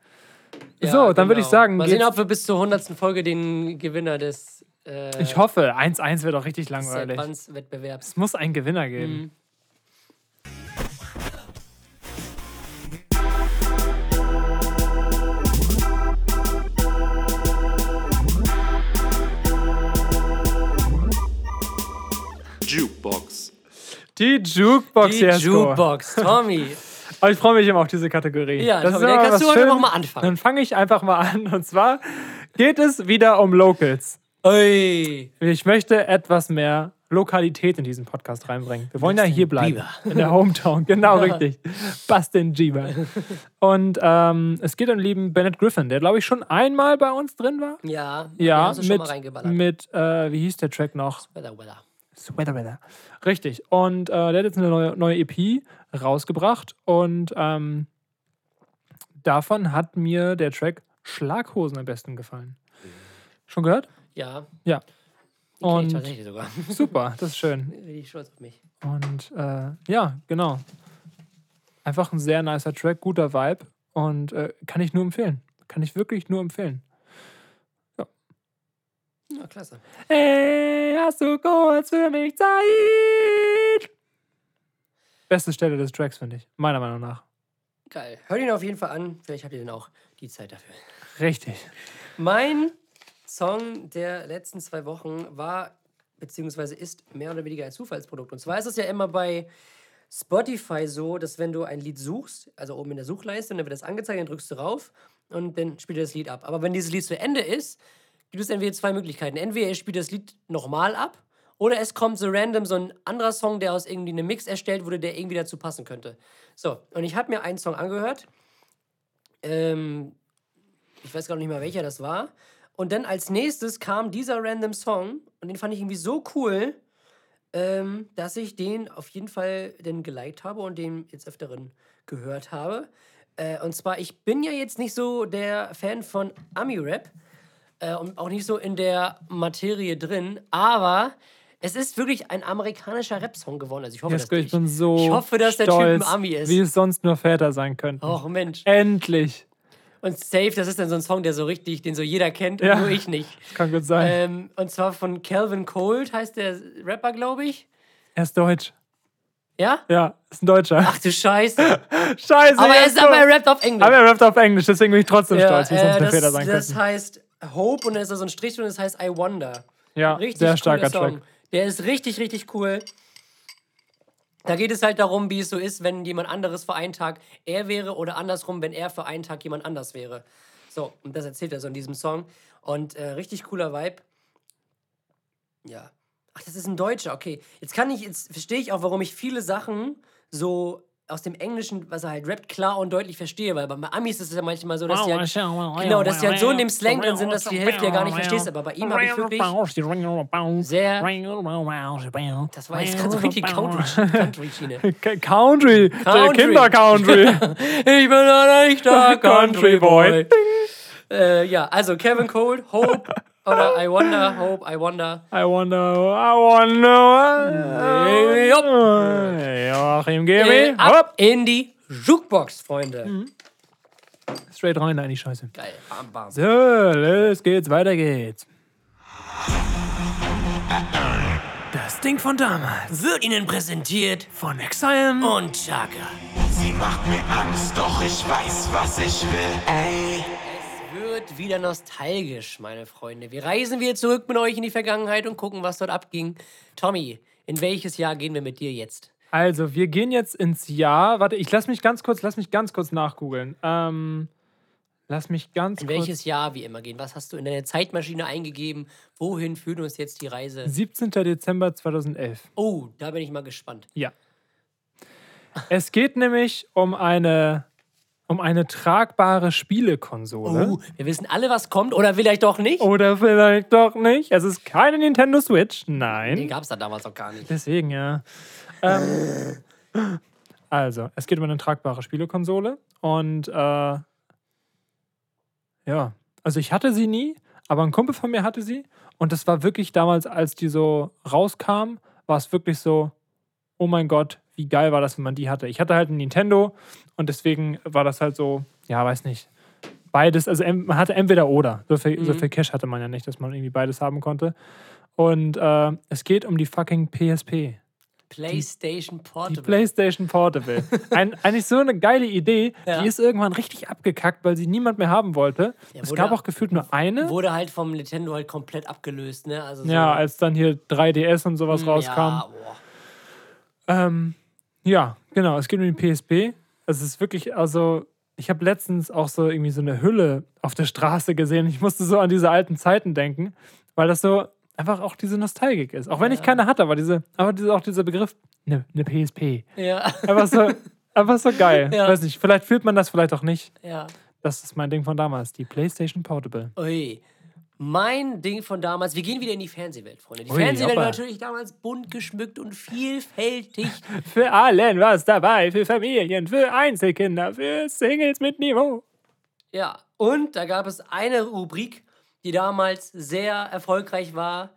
Ja, genau.
so, dann würde ich sagen,
Mal sehen,
geht's-
ob wir bis zur 100. Folge den Gewinner des äh,
Ich hoffe, 1-1 wird doch richtig langweilig.
Advance-Wettbewerbs.
Es muss einen Gewinner geben.
Mhm.
Jukebox.
Die Jukebox,
Die
Jesko.
Jukebox, Tommy.
Aber ich freue mich immer auf diese Kategorie.
Ja,
Das ist
Tommy, dann
immer
kannst
was
du heute
schön-
noch mal anfangen.
Dann fange ich einfach mal an. Und zwar geht es wieder um Locals.
Ey.
Ich möchte etwas mehr Lokalität in diesen Podcast reinbringen. Wir wollen ja hier bleiben.
Bieber.
In der Hometown, genau richtig. Bastin Bieber. Und ähm, es geht um den lieben Bennett Griffin, der glaube ich schon einmal bei uns drin war.
Ja, den
Ja,
hast du schon mal
mit,
reingeballert.
mit äh, wie hieß der Track noch?
Weather, weather.
Sweater Weather. Richtig. Und äh, der hat jetzt eine neue, neue EP rausgebracht und ähm, davon hat mir der Track Schlaghosen am besten gefallen. Schon gehört?
Ja,
Ja.
die kenn ich
Und
tatsächlich sogar.
super, das ist schön.
Bin ich stolz auf mich.
Und äh, ja, genau. Einfach ein sehr nicer Track, guter Vibe und äh, kann ich nur empfehlen. Kann ich wirklich nur empfehlen.
Ja, klasse.
Hey, hast du kurz für mich Zeit? Beste Stelle des Tracks, finde ich. Meiner Meinung nach.
Geil. Hört ihn auf jeden Fall an. Vielleicht habt ihr dann auch die Zeit dafür.
Richtig.
Mein Song der letzten zwei Wochen war beziehungsweise ist mehr oder weniger ein Zufallsprodukt. Und zwar ist es ja immer bei Spotify so, dass wenn du ein Lied suchst, also oben in der Suchleiste, und dann wird das angezeigt, dann drückst du rauf und dann spielt er das Lied ab. Aber wenn dieses Lied zu Ende ist, gibt es entweder zwei Möglichkeiten. Entweder er spielt das Lied nochmal ab oder es kommt so random so ein anderer Song, der aus irgendwie einem Mix erstellt wurde, der irgendwie dazu passen könnte. So, und ich habe mir einen Song angehört. Ähm, ich weiß gar nicht mehr, welcher das war. Und dann als nächstes kam dieser random Song und den fand ich irgendwie so cool, ähm, dass ich den auf jeden Fall dann geliked habe und den jetzt öfteren gehört habe. Äh, und zwar, ich bin ja jetzt nicht so der Fan von Ami-Rap äh, und auch nicht so in der Materie drin, aber es ist wirklich ein amerikanischer Rap-Song geworden. Also ich hoffe, dass
Jesko, ich
die-
bin so
ich hoffe, dass der Typ ein
stolz,
Ami ist.
wie es sonst nur Väter sein könnten.
Och Mensch.
Endlich.
Und Safe, das ist dann so ein Song, der so richtig, den so jeder kennt und
Ja.
nur ich nicht.
Das kann gut sein.
Ähm, und zwar von Calvin Cold heißt der Rapper, glaube ich.
er ist deutsch.
Ja?
Ja, ist ein Deutscher.
Ach du Scheiße.
Scheiße.
aber er ist
Jesko.
aber er rappt auf Englisch.
Aber er rappt auf Englisch, deswegen bin ich trotzdem
ja,
stolz, wie es sonst
äh,
nur Väter
das,
sein
das
könnten.
heißt Hope und dann ist da so ein Strich und das heißt I Wonder.
Ja,
Richtig
sehr starker
cooler Song.
Track.
Der ist richtig, richtig cool. Da geht es halt darum, wie es so ist, wenn jemand anderes für einen Tag er wäre oder andersrum, wenn er für einen Tag jemand anders wäre. So, und das erzählt er so in diesem Song. Und äh, richtig cooler Vibe. Ja. Ach, das ist ein Deutscher, okay. Jetzt kann ich, jetzt verstehe ich auch, warum ich viele Sachen so aus dem Englischen, was er halt rappt, klar und deutlich verstehe, weil bei Amis ist es ja manchmal so, dass die halt, genau, dass die halt so in dem Slang drin sind, dass du die Hälfte ja gar nicht verstehst. Aber bei ihm habe ich wirklich sehr- Das war jetzt ganz richtig Country- Country-Schiene.
K- Country,
Country.
Kinder-Country.
ich bin ein echter
Country Boy.
Country-Boy. Äh, ja, also Kevin Cole, Hope oder I Wonder, Hope, I Wonder.
I wonder, I wonder.
Äh, Jupp.
Joachim,
Äh,
Gemi. Hopp.
ab in die Jukebox, Freunde.
Straight rein da in die Scheiße.
Geil, bam, bam.
So, los geht's, weiter geht's. Das Ding von damals.
Wird Ihnen präsentiert
Von Exile.
und Chaka.
Sie macht mir Angst, doch ich weiß, was ich will. Ey,
Es wird wieder nostalgisch, meine Freunde. Wir reisen wieder zurück mit euch in die Vergangenheit und gucken, was dort abging. Tommy, in welches Jahr gehen wir mit dir jetzt?
Also, wir gehen jetzt ins Jahr. Warte, ich lass mich ganz kurz, lass mich ganz kurz nachgoogeln. Ähm, lass mich ganz
In
kurz.
welches Jahr wir immer gehen? Was hast du in deine Zeitmaschine eingegeben? Wohin führt uns jetzt die Reise?
17. Dezember 2011.
Oh, da bin ich mal gespannt.
Ja. Es geht nämlich um eine, um eine tragbare Spielekonsole.
Oh, wir wissen alle, was kommt oder vielleicht auch nicht?
Oder vielleicht doch nicht. Es ist keine Nintendo Switch. Nein.
Den gab es da damals auch gar nicht.
Deswegen, ja. Ähm, also, es geht um eine tragbare Spielekonsole und äh, ja, also ich hatte sie nie, aber ein Kumpel von mir hatte sie und das war wirklich damals, als die so rauskam, war es wirklich so, oh mein Gott, wie geil war das, wenn man die hatte. Ich hatte halt ein Nintendo und deswegen war das halt so, ja, weiß nicht. Beides, also en- man hatte entweder oder. So viel, so viel Cash hatte man ja nicht, dass man irgendwie beides haben konnte. Und äh, es geht um die fucking PSP.
PlayStation
Die
Portable.
PlayStation Portable. Ein, eigentlich so eine geile Idee.
Ja.
Die ist irgendwann richtig abgekackt, weil sie niemand mehr haben wollte. es
wurde-
gab auch gefühlt nur eine.
Wurde halt vom Nintendo halt komplett abgelöst, ne? Also so, Hm,
ja, als dann hier 3DS und sowas
Ja,
rauskam.
boah.
Ja, genau. Es geht um die PSP. Es ist wirklich, also, ich habe letztens auch so irgendwie so eine Hülle auf der Straße gesehen. Ich musste so an diese alten Zeiten denken, weil das so einfach auch diese Nostalgik ist. Auch wenn ich keine hatte, aber diese, aber diese, auch dieser Begriff, eine ne PSP.
ja,
Einfach so, einfach so geil.
Ja.
Weiß nicht, vielleicht fühlt man das vielleicht auch nicht.
ja.
Das ist mein Ding von damals, die PlayStation Portable.
Ui. Mein Ding von damals, wir gehen wieder in die Fernsehwelt, Freunde. Die
Ui,
Fernsehwelt war
hoppa.
natürlich damals bunt geschmückt und vielfältig.
Für allen was dabei, für Familien, für Einzelkinder, für Singles mit Niveau.
ja, und da gab es eine Rubrik, die damals sehr erfolgreich war.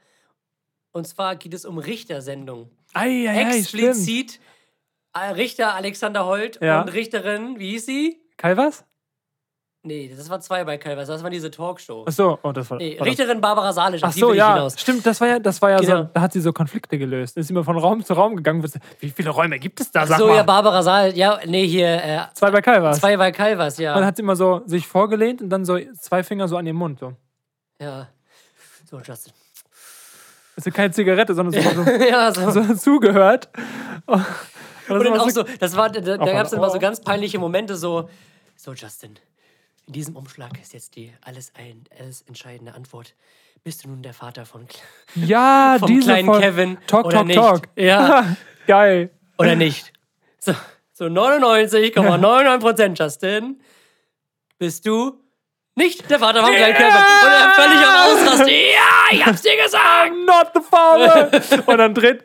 Und zwar geht es um Richtersendungen.
Ei, ei, ei, stimmt.
Explizit äh, Richter Alexander Holt
Ja.
und Richterin, wie hieß sie?
Kai was?
Nee, das war zwei bei Calvers, das war diese Talkshow.
Achso, oh, das war.
Nee,
war das.
Richterin Barbara Salisch, auf
Ach
die
so,
will ich
ja,
hinaus.
stimmt, das war ja, das war ja
Genau.
so, da hat sie so Konflikte gelöst. Ist immer von Raum zu Raum gegangen. wusste, Wie viele Räume gibt es da? Sag
So,
mal.
ja, Barbara Salisch, ja, nee, hier, äh,
Zwei bei Kai was. Und
zwei bei Calvers, ja.
dann hat sie immer so sich vorgelehnt und dann so zwei Finger so an ihren Mund. So.
Ja. So, Justin.
Also keine Zigarette, sondern so, so,
ja, so.
so zugehört.
und dann
war
auch
so-
so, das war, da, da
Auf
gab es
einmal,
immer so
oh.
ganz peinliche Momente, so, so, Justin, in diesem Umschlag ist jetzt die alles, ein, alles entscheidende Antwort. Bist du nun der Vater von, Kle-
Ja,
vom
diese
kleinen
Folge.
Kevin
Talk,
oder
talk,
nicht?
talk.
Ja,
Geil.
oder nicht? So, so 99,99 Prozent, Justin, bist du nicht der Vater von kleinen Kevin. Und er völlig am Ausrasten. Ja, ich hab's dir gesagt.
I'm not the father. und dann dreht.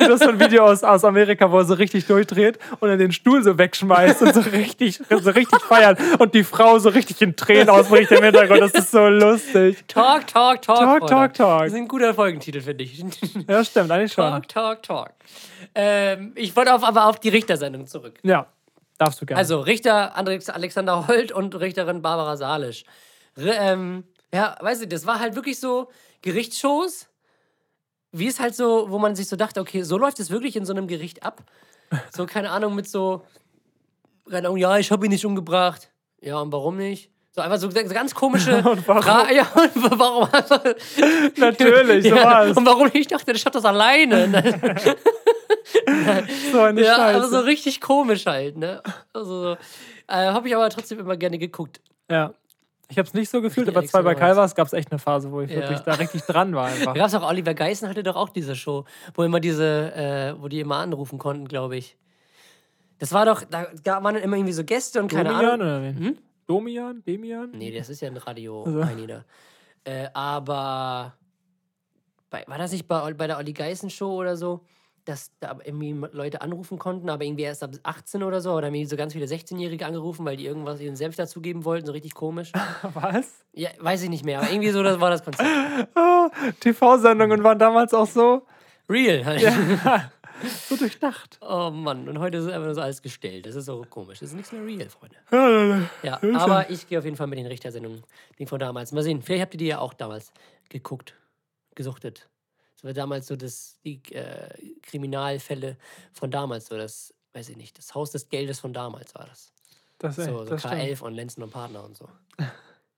Das ist so ein Video aus, aus Amerika, wo er so richtig durchdreht und dann den Stuhl so wegschmeißt und so richtig, so richtig feiert und die Frau so richtig in Tränen ausbricht im Hintergrund. Das ist so lustig.
Talk, talk, talk.
Talk,
Freunde.
talk, talk.
Das ist ein guter Folgentitel, finde ich.
Ja, stimmt, eigentlich schon.
Talk, talk, talk. Ähm, ich wollte auf, aber auf die Richtersendung zurück.
Ja, darfst du gerne.
Also Richter Andrex- Alexander Holt und Richterin Barbara Salisch. R ähm, ja, weiß ich, das war halt wirklich so Gerichtsshows, wie es halt so, wo man sich so dachte, okay, so läuft es wirklich in so einem Gericht ab. So, keine Ahnung, mit so, keine Ahnung, ja, ich habe ihn nicht umgebracht. Ja, und warum nicht? So einfach so ganz komische
Und warum?
Fra- Ja, und warum? also
Natürlich, so
ja,
war's.
und warum ich dachte, der schafft das alleine. Ne?
So eine
ja,
Scheiße.
aber so richtig komisch halt, ne? Also, so. äh, habe ich aber trotzdem immer gerne geguckt.
ja. Ich habe es nicht so gefühlt,
Ja,
aber zwei bei
Alexander weiß.
Calvas gab es echt eine Phase, wo ich
Ja.
wirklich da richtig dran war. Einfach.
Da gab's auch Oliver Geissen hatte doch auch diese Show, wo immer diese, äh, wo die immer anrufen konnten, glaube ich. Das war doch, da gab- waren dann immer irgendwie so Gäste und keine
Domian
Ahnung.
oder wen?
Hm?
Domian? Demian?
Nee, das ist ja ein Radio,
Also.
mein jeder. Äh, aber bei, war das nicht bei, bei der Olli Geißen Show oder so, dass da irgendwie m- Leute anrufen konnten, aber irgendwie erst ab 18 oder so? Oder haben irgendwie so ganz viele 16-Jährige angerufen, weil die irgendwas ihren Senf dazugeben wollten, so richtig komisch.
Was?
ja, weiß ich nicht mehr, aber irgendwie so das war das Konzept.
Ah, TV-Sendungen waren damals auch so,
Real. Halt.
so durchdacht.
Oh Mann, und heute ist einfach nur so alles gestellt. Das ist so komisch. Das ist nichts mehr real, Freunde.
Ach
Ja, aber ich gehe auf jeden Fall mit den Richtersendungen, den von damals. Mal sehen, vielleicht habt ihr die ja auch damals geguckt, gesuchtet. Das war damals so das, die äh, Kriminalfälle von damals, so das, weiß ich nicht, das Haus des Geldes von damals war das.
Das, ist
So, so
das stimmt.
K11 und Lenzen und Partner und so.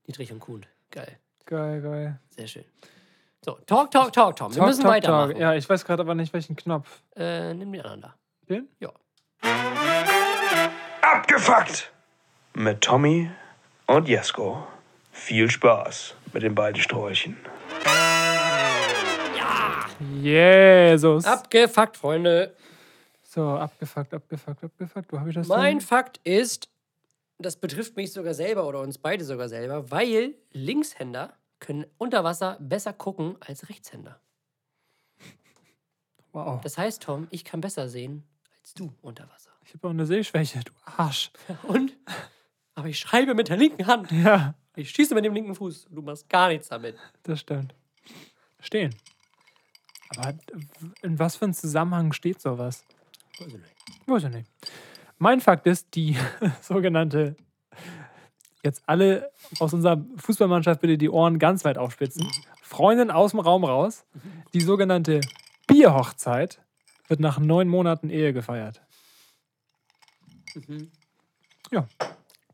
Dietrich und Kuhn. Geil,
Geil, geil.
sehr schön. So, Talk, Talk, Talk, Tom. Wir
Talk,
müssen
talk,
weitermachen.
talk. Ja, ich weiß gerade aber nicht, welchen Knopf.
Äh, nimm den anderen da.
Den?
Ja.
Abgefuckt! Mit Tommy und Jesko. Viel Spaß mit den beiden Sträuchen.
Jesus.
Abgefuckt, Freunde.
so, abgefuckt, abgefuckt, abgefuckt. Wo habe ich das
Mein
denn?
Fakt ist, das betrifft mich sogar selber oder uns beide sogar selber, weil Linkshänder können unter Wasser besser gucken als Rechtshänder.
Wow.
Das heißt, Tom, ich kann besser sehen als du unter Wasser.
Ich habe auch eine Sehschwäche, du Arsch.
Und? Aber ich schreibe mit der linken Hand.
Ja,
Ich schieße mit dem linken Fuß. Du machst gar nichts damit.
das stimmt. Stehen. Aber in was für einem Zusammenhang steht sowas?
Weiß ich nicht.
Weiß ich nicht. Mein Fakt ist, die sogenannte, jetzt alle aus unserer Fußballmannschaft bitte die Ohren ganz weit aufspitzen, Freundin aus dem Raum raus, die sogenannte Bierhochzeit wird nach neun Monaten Ehe gefeiert.
Geil.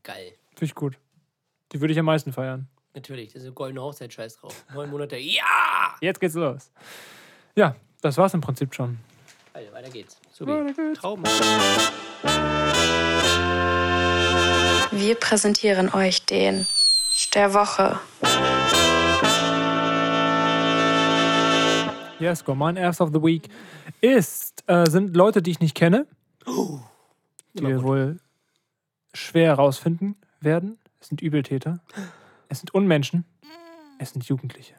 Finde ich gut. Die würde ich am meisten feiern.
Natürlich, das ist eine goldene Hochzeit, scheiß drauf. Neun Monate, ja!
Jetzt geht's los. Ja, das war's im Prinzip schon.
Alter, weiter geht's.
Weiter
Subi,
geht's.
Traum.
Wir präsentieren euch den der Woche.
Yes, go. Mein Erst of the Week ist, äh, sind Leute, die ich nicht kenne, die wir wohl schwer herausfinden werden. Es sind Übeltäter, es sind Unmenschen, es sind Jugendliche.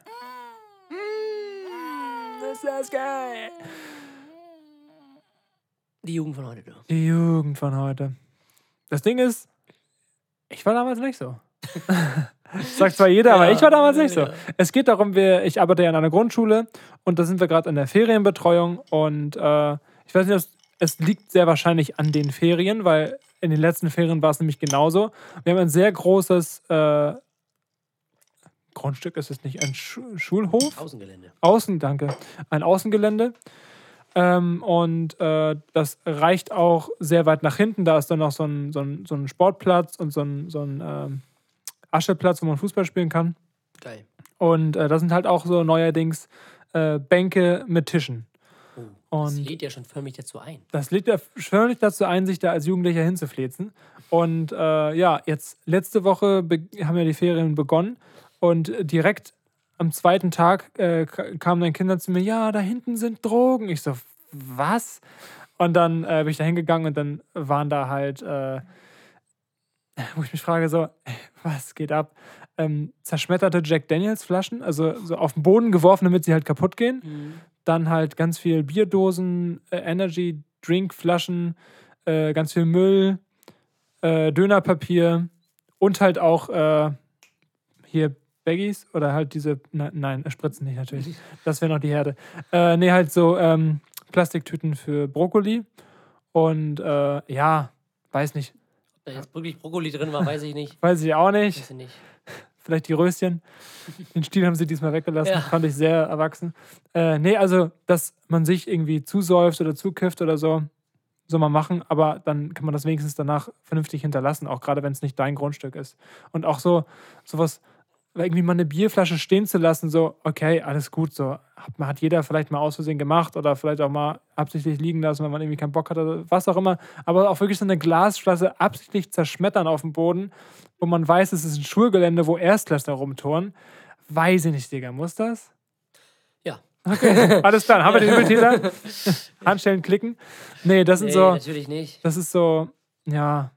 Das ist geil.
Die Jugend von heute, du.
Die Jugend von heute. Das Ding ist, ich war damals nicht so. Sagt zwar jeder, aber
Ja,
ich war damals nicht so.
ja.
Es geht darum, wir, ich arbeite ja in einer Grundschule und da sind wir gerade in der Ferienbetreuung und äh, ich weiß nicht, es, es liegt sehr wahrscheinlich an den Ferien, weil in den letzten Ferien war es nämlich genauso. Wir haben ein sehr großes äh, Grundstück, ist es nicht, ein Schu Schulhof?
Außengelände.
Außen, danke. Ein Außengelände. Ähm, und äh, das reicht auch sehr weit nach hinten. Da ist dann noch so ein, so ein, so ein Sportplatz und so ein, so ein ähm, Ascheplatz, wo man Fußball spielen kann.
Geil.
Und äh, da sind halt auch so neuerdings äh, Bänke mit Tischen.
Oh, das
Und-
lädt ja schon förmlich dazu ein.
Das lädt ja förmlich dazu ein, sich da als Jugendlicher hinzuflezen. Und äh, ja, jetzt letzte Woche be- haben ja die Ferien begonnen und direkt am zweiten Tag äh, ka- kamen dann Kinder zu mir, ja, da hinten sind Drogen. Ich so, was? Und dann äh, bin ich da hingegangen und dann waren da halt, äh, wo ich mich frage, so, was geht ab? Ähm, zerschmetterte Jack Daniels Flaschen, also so auf den Boden geworfen, damit sie halt kaputt gehen dann halt ganz viel Bierdosen, äh, Energy, Drinkflaschen, äh, ganz viel Müll, äh, Dönerpapier und halt auch äh, hier Baggies oder halt diese, na, nein, Spritzen nicht natürlich, das wäre noch die Herde. Äh, nee, halt so ähm, Plastiktüten für Brokkoli und äh, ja, weiß nicht,
Ob da jetzt wirklich Brokkoli drin war, weiß ich nicht.
weiß ich auch
Weiß
nicht,
ich nicht.
vielleicht die Röschen. Den Stiel haben sie diesmal weggelassen.
Ja.
Fand ich sehr erwachsen. Äh, nee, also, dass man sich irgendwie zusäuft oder zukifft oder so, soll man machen, aber dann kann man das wenigstens danach vernünftig hinterlassen, auch gerade wenn es nicht dein Grundstück ist. Und auch so, sowas, irgendwie mal eine Bierflasche stehen zu lassen, so, okay, alles gut, so, hat, hat jeder vielleicht mal aus Versehen gemacht oder vielleicht auch mal absichtlich liegen lassen, wenn man irgendwie keinen Bock hatte, was auch immer, aber auch wirklich so eine Glasflasche absichtlich zerschmettern auf dem Boden, wo man weiß, es ist ein Schulgelände, wo Erstklässler rumtouren, weiß ich nicht, Digga, muss das?
Ja,
Alles klar, dann haben wir den Übeltäter. Handstellen klicken. Nee, das sind
Nee,
so,
natürlich nicht.
das ist so, ja,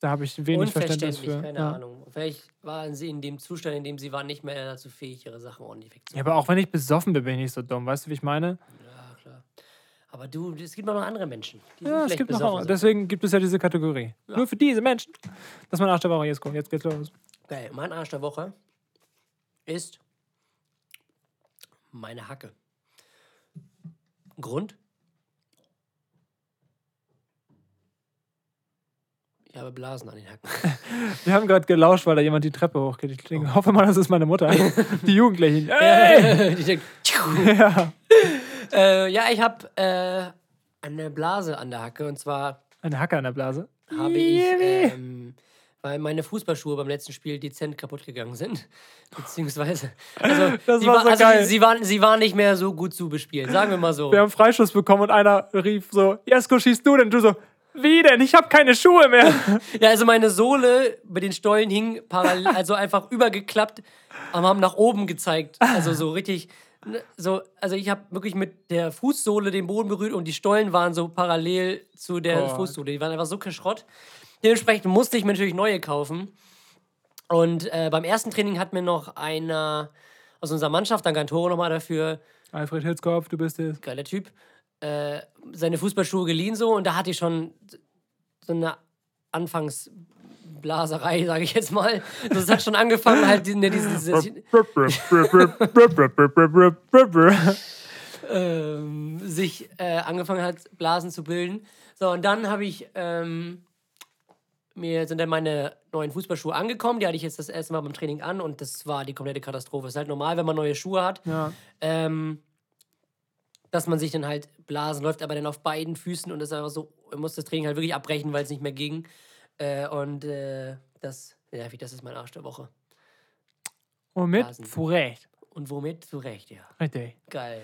da habe ich wenig Verständnis
Unverständlich,
für.
keine
ja.
Ahnung. Vielleicht waren sie in dem Zustand, in dem sie waren, nicht mehr dazu fähig, ihre Sachen ordentlich
ja,
wegzunehmen.
aber auch wenn ich besoffen bin, bin ich nicht so dumm. Weißt du, wie ich meine?
Ja, klar. Aber du, es gibt auch noch andere Menschen. Die
Ja, es
vielleicht
gibt noch,
besoffen
auch-
sind.
deswegen gibt es ja diese Kategorie. Nur für diese Menschen. Das ist mein Arsch der Woche. Jetzt kommt, jetzt geht's los.
Geil. Mein Arsch der Woche ist meine Hacke. Grund? Ich habe Blasen an den Hacken.
Wir haben gerade gelauscht, weil da jemand die Treppe hochgeht. Ich klinge- hoffe mal, das ist meine Mutter. Die Jugendlichen. Ey!
Die denkt, tschu.
Ja.
äh, ja, ich habe äh, eine Blase an der Hacke und zwar
Eine Hacke an der Blase.
habe ich, ähm, weil meine Fußballschuhe beim letzten Spiel dezent kaputt gegangen sind. Beziehungsweise, also,
Das
sie,
war
war,
so
also
geil.
sie, waren, sie waren nicht mehr so gut zu bespielen, sagen wir mal so.
Wir haben Freischuss bekommen und einer rief so: Jesko, schießt du denn? Du so: Wie denn? Ich habe keine Schuhe mehr.
Ja, also meine Sohle bei den Stollen hing parallel, also einfach übergeklappt, aber haben nach oben gezeigt. Also so richtig. ne, So, also ich habe wirklich mit der Fußsohle den Boden berührt und die Stollen waren so parallel zu der
Gott.
Fußsohle. Die waren einfach so geschrott. Dementsprechend musste ich mir natürlich neue kaufen. Und äh, beim ersten Training hat mir noch einer aus unserer Mannschaft, dann Gantoro nochmal dafür,
Alfred Hitzkopf, du bist es.
geiler Typ, äh, seine Fußballschuhe geliehen so und da hatte ich schon so eine Anfangsblaserei, sage ich jetzt mal. Also es hat schon angefangen, halt die- ne, dieses, dieses ähm, sich äh, angefangen hat, Blasen zu bilden. So, und dann habe ich, ähm, mir sind dann meine neuen Fußballschuhe angekommen. Die hatte ich jetzt das erste Mal beim Training an und das war die komplette Katastrophe. Ist halt normal, wenn man neue Schuhe hat,
Ja.
ähm, dass man sich dann halt blasen läuft, aber dann auf beiden Füßen und das ist einfach so, man muss das Training halt wirklich abbrechen, weil es nicht mehr ging. Äh, und äh, das nervig, das ist mein Arsch der Woche.
Und mit
Blasen.
Zurecht.
Und womit? Zu Recht, ja.
Richtig.
Geil.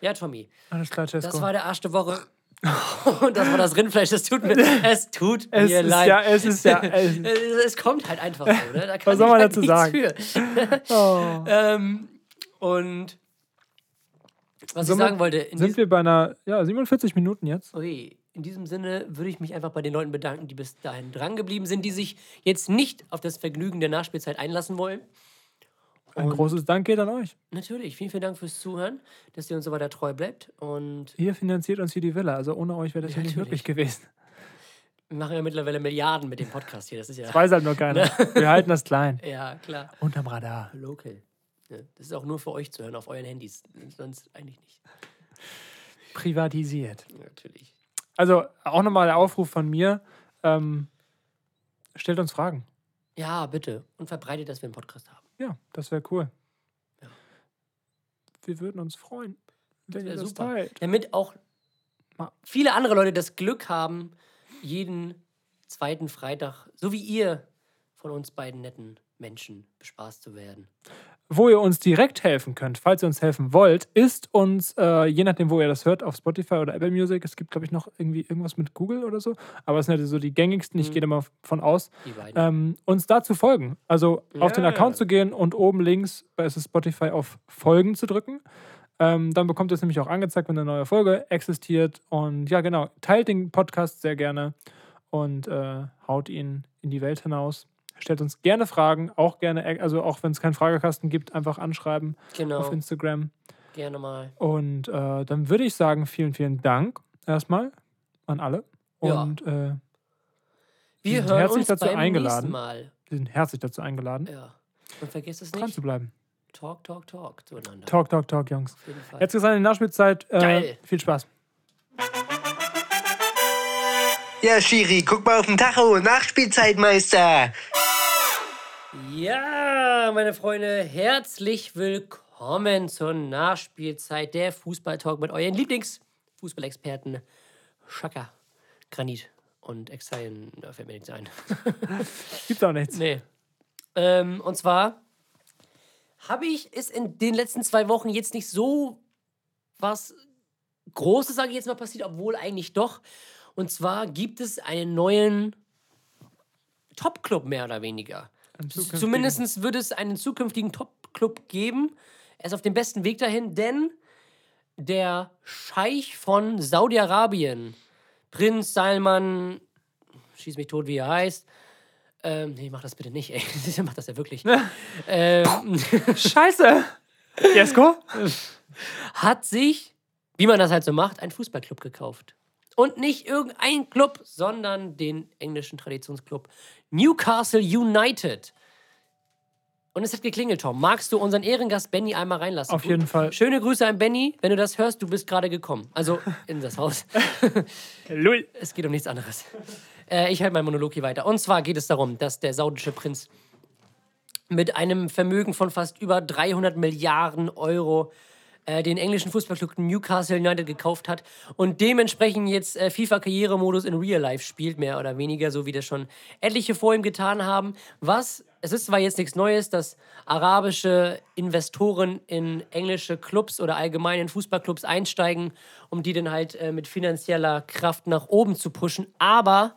Ja, Tommy,
Alles klar, Jesko.
das war der Arsch der Woche. Und das war das Rindfleisch, das tut mir, es tut
es
mir
ist
leid.
ja, es ist ja. Es ist,
es, es kommt halt einfach so, ne? Da kann
soll
ich
man
halt
dazu
nichts Für.
oh.
ähm, und was
Somit
ich sagen wollte, in
Sind wir bei einer ja, 47 Minuten jetzt?
Okay, in diesem Sinne würde ich mich einfach bei den Leuten bedanken, die bis dahin dran geblieben sind, die sich jetzt nicht auf das Vergnügen der Nachspielzeit einlassen wollen.
Ein
Und-
großes Dank geht an euch.
Natürlich, vielen, vielen Dank fürs Zuhören, dass ihr uns so weiter treu bleibt. Und
Ihr finanziert uns hier die Villa. Also ohne euch wäre das hier nicht möglich
Natürlich.
gewesen.
wir machen ja mittlerweile Milliarden mit dem Podcast hier. Das ist ja.
Weiß halt nur keiner. Wir halten das klein.
Ja, klar.
Unterm Radar.
Local. Ja, Das ist auch nur für euch zu hören auf euren Handys. Sonst eigentlich nicht.
Privatisiert.
Natürlich.
Also auch nochmal der Aufruf von mir. Ähm, stellt uns Fragen.
Ja, bitte. Und verbreitet, dass wir einen Podcast haben.
Ja, das wäre cool. Wir würden uns freuen, wenn ihr
Wäre
das
super.
teilt.
Damit auch
Ma-
viele andere Leute das Glück haben, jeden zweiten Freitag, so wie ihr, von uns beiden netten Menschen bespaßt zu werden.
Wo ihr uns direkt helfen könnt, falls ihr uns helfen wollt, ist uns, äh, je nachdem, wo ihr das hört, auf Spotify oder Apple Music. Es gibt, glaube ich, noch irgendwie irgendwas mit Google oder so. Aber es sind halt so die gängigsten. Ich
Mhm.
gehe da mal von aus.
Die beiden.
ähm, uns da zu folgen. Also auf den
Ja.
Account zu gehen und oben links bei es ist Spotify auf Folgen zu drücken. Ähm, dann bekommt ihr es nämlich auch angezeigt, wenn eine neue Folge existiert. Und ja, genau, teilt den Podcast sehr gerne und äh, haut ihn in die Welt hinaus. Stellt uns gerne Fragen, auch gerne, also auch wenn es keinen Fragekasten gibt, einfach anschreiben
genau.
auf Instagram.
Gerne mal.
Und äh, dann würde ich sagen, vielen, vielen Dank erstmal an alle.
Ja.
Und äh,
Wir
sind
hören
herzlich
uns
dazu
beim
eingeladen.
nächsten Mal.
wir sind herzlich dazu eingeladen,
Ja. Und vergesst es
dran
nicht.
zu bleiben.
Talk, talk, talk zueinander.
Talk, talk, talk, Jungs.
Auf jeden Fall.
Jetzt ist es in der Nachspielzeit. Äh,
Geil.
viel Spaß.
Ja, Schiri, guck mal auf den Tacho. Nachspielzeitmeister.
Ja, meine Freunde, herzlich willkommen zur Nachspielzeit der Fußballtalk mit euren Lieblingsfußballexperten Schaka, Granit und Exile. Da fällt mir nichts ein.
Gibt auch nichts.
Nee. Ähm, und zwar habe ich es in den letzten zwei Wochen jetzt nicht so was Großes, sage ich jetzt mal, passiert, obwohl eigentlich doch. Und zwar gibt es einen neuen Top-Club mehr oder weniger.
Einen zukünftigen.
Zumindest wird es einen zukünftigen Top-Club geben. Er ist auf dem besten Weg dahin, denn der Scheich von Saudi-Arabien, Prinz Salman, schieß mich tot, wie er heißt. Ähm, nee, mach das bitte nicht, ey. mach das ja wirklich. ähm,
Scheiße! Jesko?
hat sich, wie man das halt so macht, einen Fußballclub gekauft. Und nicht irgendein Club, sondern den englischen Traditionsclub Newcastle United. Und es hat geklingelt, Tom. Magst du unseren Ehrengast Benny einmal reinlassen?
Auf jeden Fall.
Schöne Grüße an Benny. Wenn du das hörst, du bist gerade gekommen. Also in das Haus.
Louis.
Es geht um nichts anderes. Äh, ich halte meinen Monolog hier weiter. Und zwar geht es darum, dass der saudische Prinz mit einem Vermögen von fast über 300 Milliarden Euro äh, den englischen Fußballclub Newcastle United gekauft hat und dementsprechend jetzt äh, FIFA-Karrieremodus in Real Life spielt, mehr oder weniger, so wie das schon etliche vor ihm getan haben. Was, es ist zwar jetzt nichts Neues, dass arabische Investoren in englische Clubs oder allgemein in Fußballclubs einsteigen, um die dann halt äh, mit finanzieller Kraft nach oben zu pushen, aber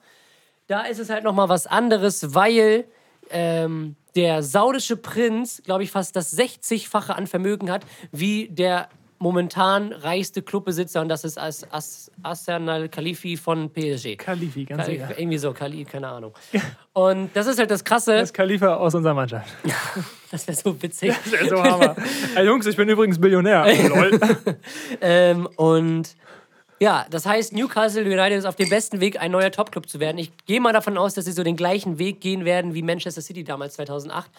da ist es halt nochmal was anderes, weil ähm, der saudische Prinz, glaube ich, fast das 60-fache an Vermögen hat, wie der momentan reichste Clubbesitzer und das ist As As Arsenal Khalifi von PSG.
Khalifi, ganz
Khal-
sicher.
Irgendwie so, Khali, keine Ahnung. Und das ist halt das Krasse,
Das ist Khalifa aus unserer Mannschaft.
das wäre so witzig.
Ja, So Hammer. Ey, Jungs, ich bin übrigens Millionär. Lol.
Ähm, und ja, das heißt, Newcastle United ist auf dem besten Weg, ein neuer Top-Club zu werden. Ich gehe mal davon aus, dass sie so den gleichen Weg gehen werden wie Manchester City damals 2008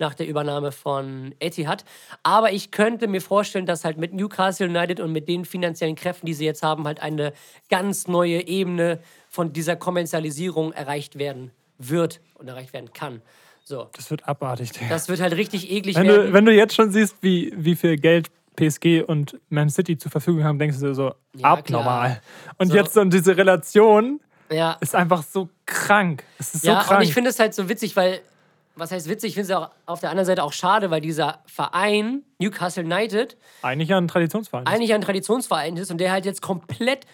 nach der Übernahme von Etihad. Aber ich könnte mir vorstellen, dass halt mit Newcastle United und mit den finanziellen Kräften, die sie jetzt haben, halt eine ganz neue Ebene von dieser Kommerzialisierung erreicht werden wird und erreicht werden kann. So,
Das wird abartig, Digga.
das wird halt richtig eklig
wenn,
werden.
du, wenn du jetzt schon siehst, wie, wie viel Geld PSG und Man City zur Verfügung haben, denkst du dir so,
Ja,
abnormal. Und
So.
jetzt dann diese Relation
ja.
ist einfach so krank. Es ist so
ja,
krank.
und ich finde es halt so witzig, weil, was heißt witzig, ich finde es auch auf der anderen Seite auch schade, weil dieser Verein, Newcastle United,
Eigentlich ja ein Traditionsverein.
eigentlich ein Traditionsverein ist und der halt jetzt komplett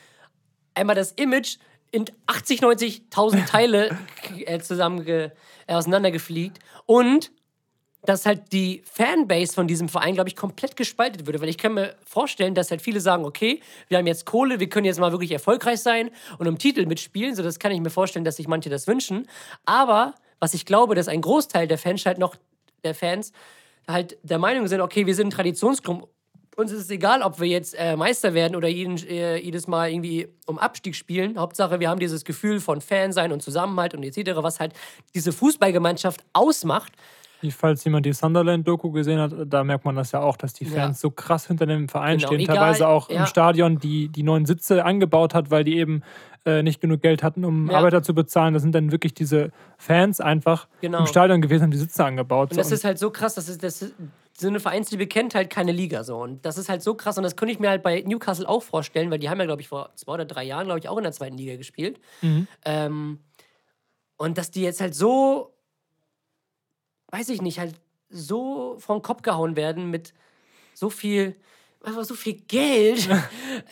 einmal das Image in 80, 90.000 Teile äh, zusammen äh, auseinandergefliegt und dass halt die Fanbase von diesem Verein, glaube ich, komplett gespaltet würde. Weil ich kann mir vorstellen, dass halt viele sagen, okay, wir haben jetzt Kohle, wir können jetzt mal wirklich erfolgreich sein und um Titel mitspielen. So, das kann ich mir vorstellen, dass sich manche das wünschen. Aber was ich glaube, dass ein Großteil der Fans halt noch, der Fans, halt der Meinung sind, okay, wir sind ein Traditionsklub. Uns ist es egal, ob wir jetzt äh, Meister werden oder jeden, äh, jedes Mal irgendwie um Abstieg spielen. Hauptsache, wir haben dieses Gefühl von Fansein und Zusammenhalt und etc., was halt diese Fußballgemeinschaft ausmacht.
Falls jemand die Sunderland-Doku gesehen hat, da merkt man das ja auch, dass die Fans so krass hinter dem Verein
Genau,
stehen.
egal,
Teilweise auch
ja.
im Stadion, die die neuen Sitze angebaut hat, weil die eben äh, nicht genug Geld hatten, um
Ja.
Arbeiter zu bezahlen. Das sind dann wirklich diese Fans einfach
Genau.
im Stadion gewesen, haben die Sitze angebaut.
Und
So,
das ist halt so krass, dass es, das ist, so eine Vereinsliebe kennt halt keine Liga so. Und das ist halt so krass. Und das könnte ich mir halt bei Newcastle auch vorstellen, weil die haben ja, glaube ich, vor zwei oder drei Jahren, glaube ich, auch in der zweiten Liga gespielt. Ähm, und dass die jetzt halt so, weiß ich nicht, halt so vom Kopf gehauen werden mit so viel, einfach so viel Geld.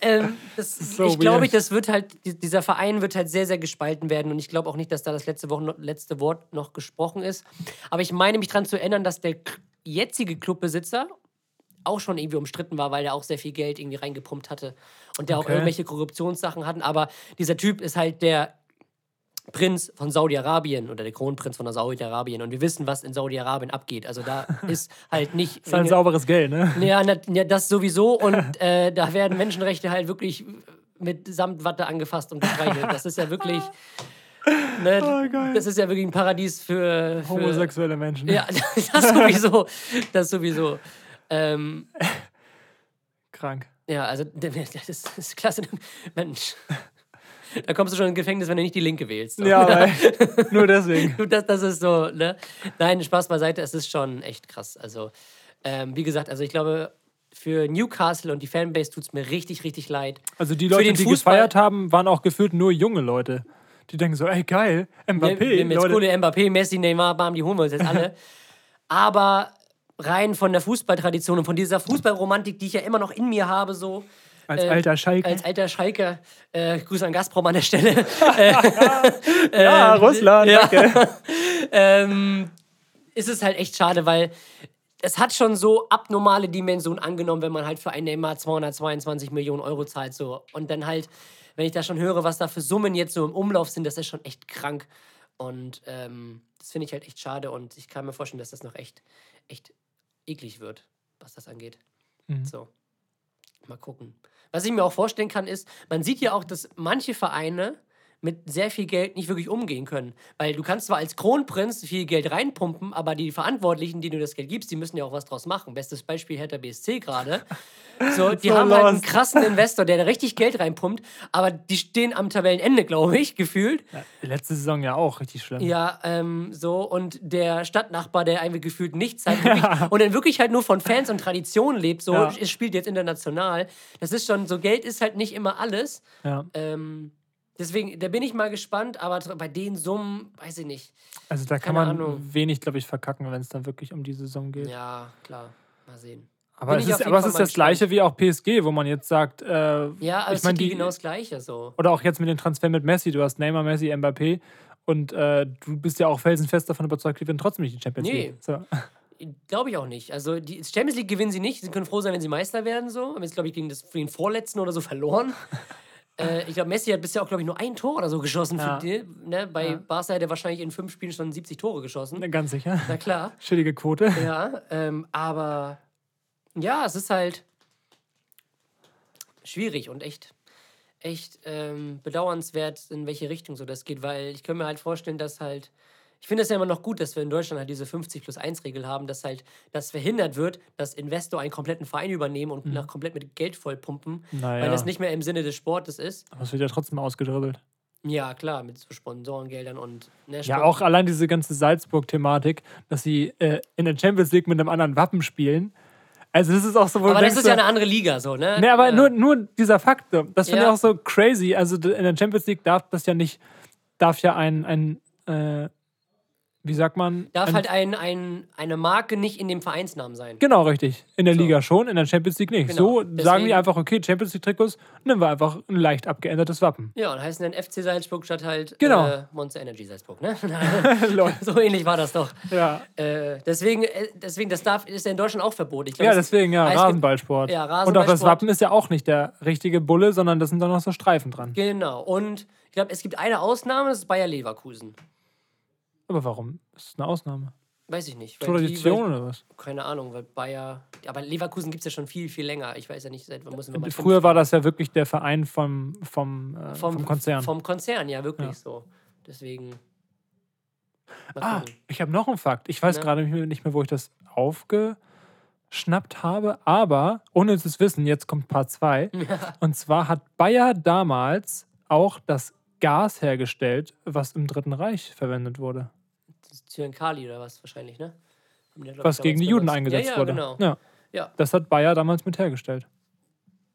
ähm, das,
so
ich glaube,
weird.
das wird halt, die- dieser Verein wird halt sehr, sehr gespalten werden. Und ich glaube auch nicht, dass da das letzte, Woche, letzte Wort noch gesprochen ist. Aber ich meine mich daran zu erinnern, dass der k- jetzige Clubbesitzer auch schon irgendwie umstritten war, weil er auch sehr viel Geld irgendwie reingepumpt hatte und der auch
Okay.
irgendwelche Korruptionssachen hatten. Aber dieser Typ ist halt der Prinz von Saudi-Arabien oder der Kronprinz von Saudi-Arabien. Und wir wissen, was in Saudi-Arabien abgeht. Also da ist halt nicht.
ist halt sauberes Geld, ne?
Ja, na, ja, das sowieso. Und äh, da werden Menschenrechte halt wirklich mit Samtwatte angefasst und gestreichelt. Das ist ja wirklich. Ne,
Oh, geil.
das ist ja wirklich ein Paradies für. für
Homosexuelle Menschen.
Ja, das sowieso. Das sowieso. Ähm,
Krank.
ja, also d- d- das ist, das ist klasse. Mensch. Da kommst du schon ins Gefängnis, wenn du nicht die Linke wählst. So.
Ja, weil, nur deswegen.
Du, das, das ist so, ne? Nein, Spaß beiseite, es ist schon echt krass. Also, ähm, wie gesagt, also ich glaube, für Newcastle und die Fanbase tut es mir richtig, richtig leid.
Also die
Für
Leute,
den
die
Fußball-
gefeiert haben, waren auch gefühlt nur junge Leute. Die denken so, ey geil, Mbappé,
Wir, wir haben Ne, jetzt
Leute.
coole Mbappé, Messi, Neymar, bam, die holen wir uns jetzt alle. Aber rein von der Fußballtradition und von dieser Fußballromantik, die ich ja immer noch in mir habe, so.
als
äh,
alter Schalke.
Als alter Schalke, äh, Grüße an Gazprom an der Stelle.
ja, Russland,
ja.
danke.
ähm, ist es halt echt schade, weil es hat schon so abnormale Dimensionen angenommen, wenn man halt für einen Neymar 222 Millionen Euro zahlt. So. Und dann halt, wenn ich da schon höre, was da für Summen jetzt so im Umlauf sind, das ist schon echt krank. Und ähm, das finde ich halt echt schade. Und ich kann mir vorstellen, dass das noch echt, echt eklig wird, was das angeht.
Mhm.
So. Mal gucken. Was ich mir auch vorstellen kann, ist, man sieht ja auch, dass manche Vereine mit sehr viel Geld nicht wirklich umgehen können. Weil du kannst zwar als Kronprinz viel Geld reinpumpen, aber die Verantwortlichen, denen du das Geld gibst, die müssen ja auch was draus machen. Bestes Beispiel Hertha BSC gerade. So, die
So
haben halt einen
lost.
krassen Investor, der da richtig Geld reinpumpt, aber die stehen am Tabellenende, glaube ich, gefühlt.
Letzte Saison ja auch richtig schlimm.
Ja, ähm, so und der Stadtnachbar, der irgendwie gefühlt nichts hat wirklich, und dann wirklich halt nur von Fans und Tradition lebt, so
Ja.
es spielt jetzt international. Das ist schon so, Geld ist halt nicht immer alles.
Ja.
Ähm, deswegen, da bin ich mal gespannt, aber tr- bei den Summen, weiß ich nicht.
Also da kann
keine
man
Ahnung.
wenig, glaube ich, verkacken, wenn es dann wirklich um die Saison geht.
Ja, klar, mal sehen.
Aber
Bin
es
ich auf
ist,
jeden
aber es
Fall
ist
mal
das gleiche wie auch PSG, wo man jetzt sagt, äh,
Ja, aber
ich
ich
mein,
City
die-
genau das Gleiche so.
oder auch jetzt mit dem Transfer mit Messi, du hast Neymar, Messi, Mbappé und äh, du bist ja auch felsenfest davon überzeugt, die werden trotzdem nicht die Champions
Nee.
League. So.
Glaube ich auch nicht. Also die Champions League gewinnen sie nicht. Sie können froh sein, wenn sie Meister werden. So. Haben jetzt, glaube ich, gegen das, für den Vorletzten oder so verloren. äh, ich glaube, Messi hat bisher auch, glaube ich, nur ein Tor oder so geschossen.
Ja.
Für die, ne? Bei Barca hätte er wahrscheinlich in fünf Spielen schon 70 Tore geschossen.
Ganz sicher.
Na klar.
Schädige Quote.
Ja, ähm, aber ja, es ist halt schwierig und echt, echt ähm, bedauernswert, in welche Richtung so das geht, weil ich könnte mir halt vorstellen, dass halt, ich finde es ja immer noch gut, dass wir in Deutschland halt diese 50 plus 1 Regel haben, dass halt das verhindert wird, dass Investor einen kompletten Verein übernehmen
Mhm.
und nach komplett mit Geld vollpumpen,
Naja.
weil das nicht mehr im Sinne des Sportes ist.
Aber es wird ja trotzdem ausgedribbelt.
Ja, klar, mit so Sponsorengeldern und ne,
Ja,
Spon-
auch allein diese ganze Salzburg-Thematik, dass sie äh, in der Champions League mit einem anderen Wappen spielen. Also das ist auch so, wo du
Aber das
denkst
ist ja
so-
eine andere Liga, so, ne?
Nee, aber
Ja.
nur, nur dieser Fakt, so. das finde
Ja.
ich auch so crazy. Also d- in der Champions League darf das ja nicht, darf ja ein, ein äh, wie sagt man?
Darf
ein,
halt ein, ein, eine Marke nicht in dem Vereinsnamen sein.
Genau, richtig. In der
So.
Liga schon, in der Champions League nicht.
Genau.
So sagen
Deswegen-
die einfach, okay, Champions League-Trikots, nehmen wir einfach ein leicht abgeändertes Wappen.
Ja, und heißen dann FC Salzburg statt halt
Genau.
äh, Monster Energy Salzburg, ne?
Lol.
so ähnlich war das doch.
Ja,
Äh, deswegen, äh, deswegen, das darf, ist ja in Deutschland auch verboten. Ich glaub,
ja
das-
deswegen, ja,
es gibt-
Rasenballsport.
Ja,
Und auch das
Rasenballsport.
Wappen ist ja auch nicht der richtige Bulle, sondern das sind dann noch so Streifen dran.
Genau. Und ich glaube, es gibt eine Ausnahme, das ist Bayer Leverkusen.
Aber warum? Das ist eine Ausnahme.
Weiß ich nicht. weil die-
Tradition oder was?
Weil, keine Ahnung, weil Bayer. Aber Leverkusen gibt es ja schon viel, viel länger. Ich weiß ja nicht, seit wann müssen wir mal.
Äh, Früher war das ja wirklich der Verein vom, vom, äh, vom, Konzern.
Vom Konzern, ja, wirklich so. Deswegen. Mal
Ah,
gucken.
ich habe noch einen Fakt. Ich weiß
Na?
gerade nicht mehr- nicht mehr, wo ich das aufgeschnappt habe, aber ohne es zu wissen, jetzt kommt Part 2. Und zwar hat Bayer damals auch das Gas hergestellt, was im Dritten Reich verwendet wurde,
Zyan Kali oder was wahrscheinlich, ne? Haben die, glaub ich,
was gegen die
damals
Juden
benutzt.
eingesetzt
ja, ja,
wurde.
Genau.
Ja.
Ja.
Das hat Bayer damals mit hergestellt.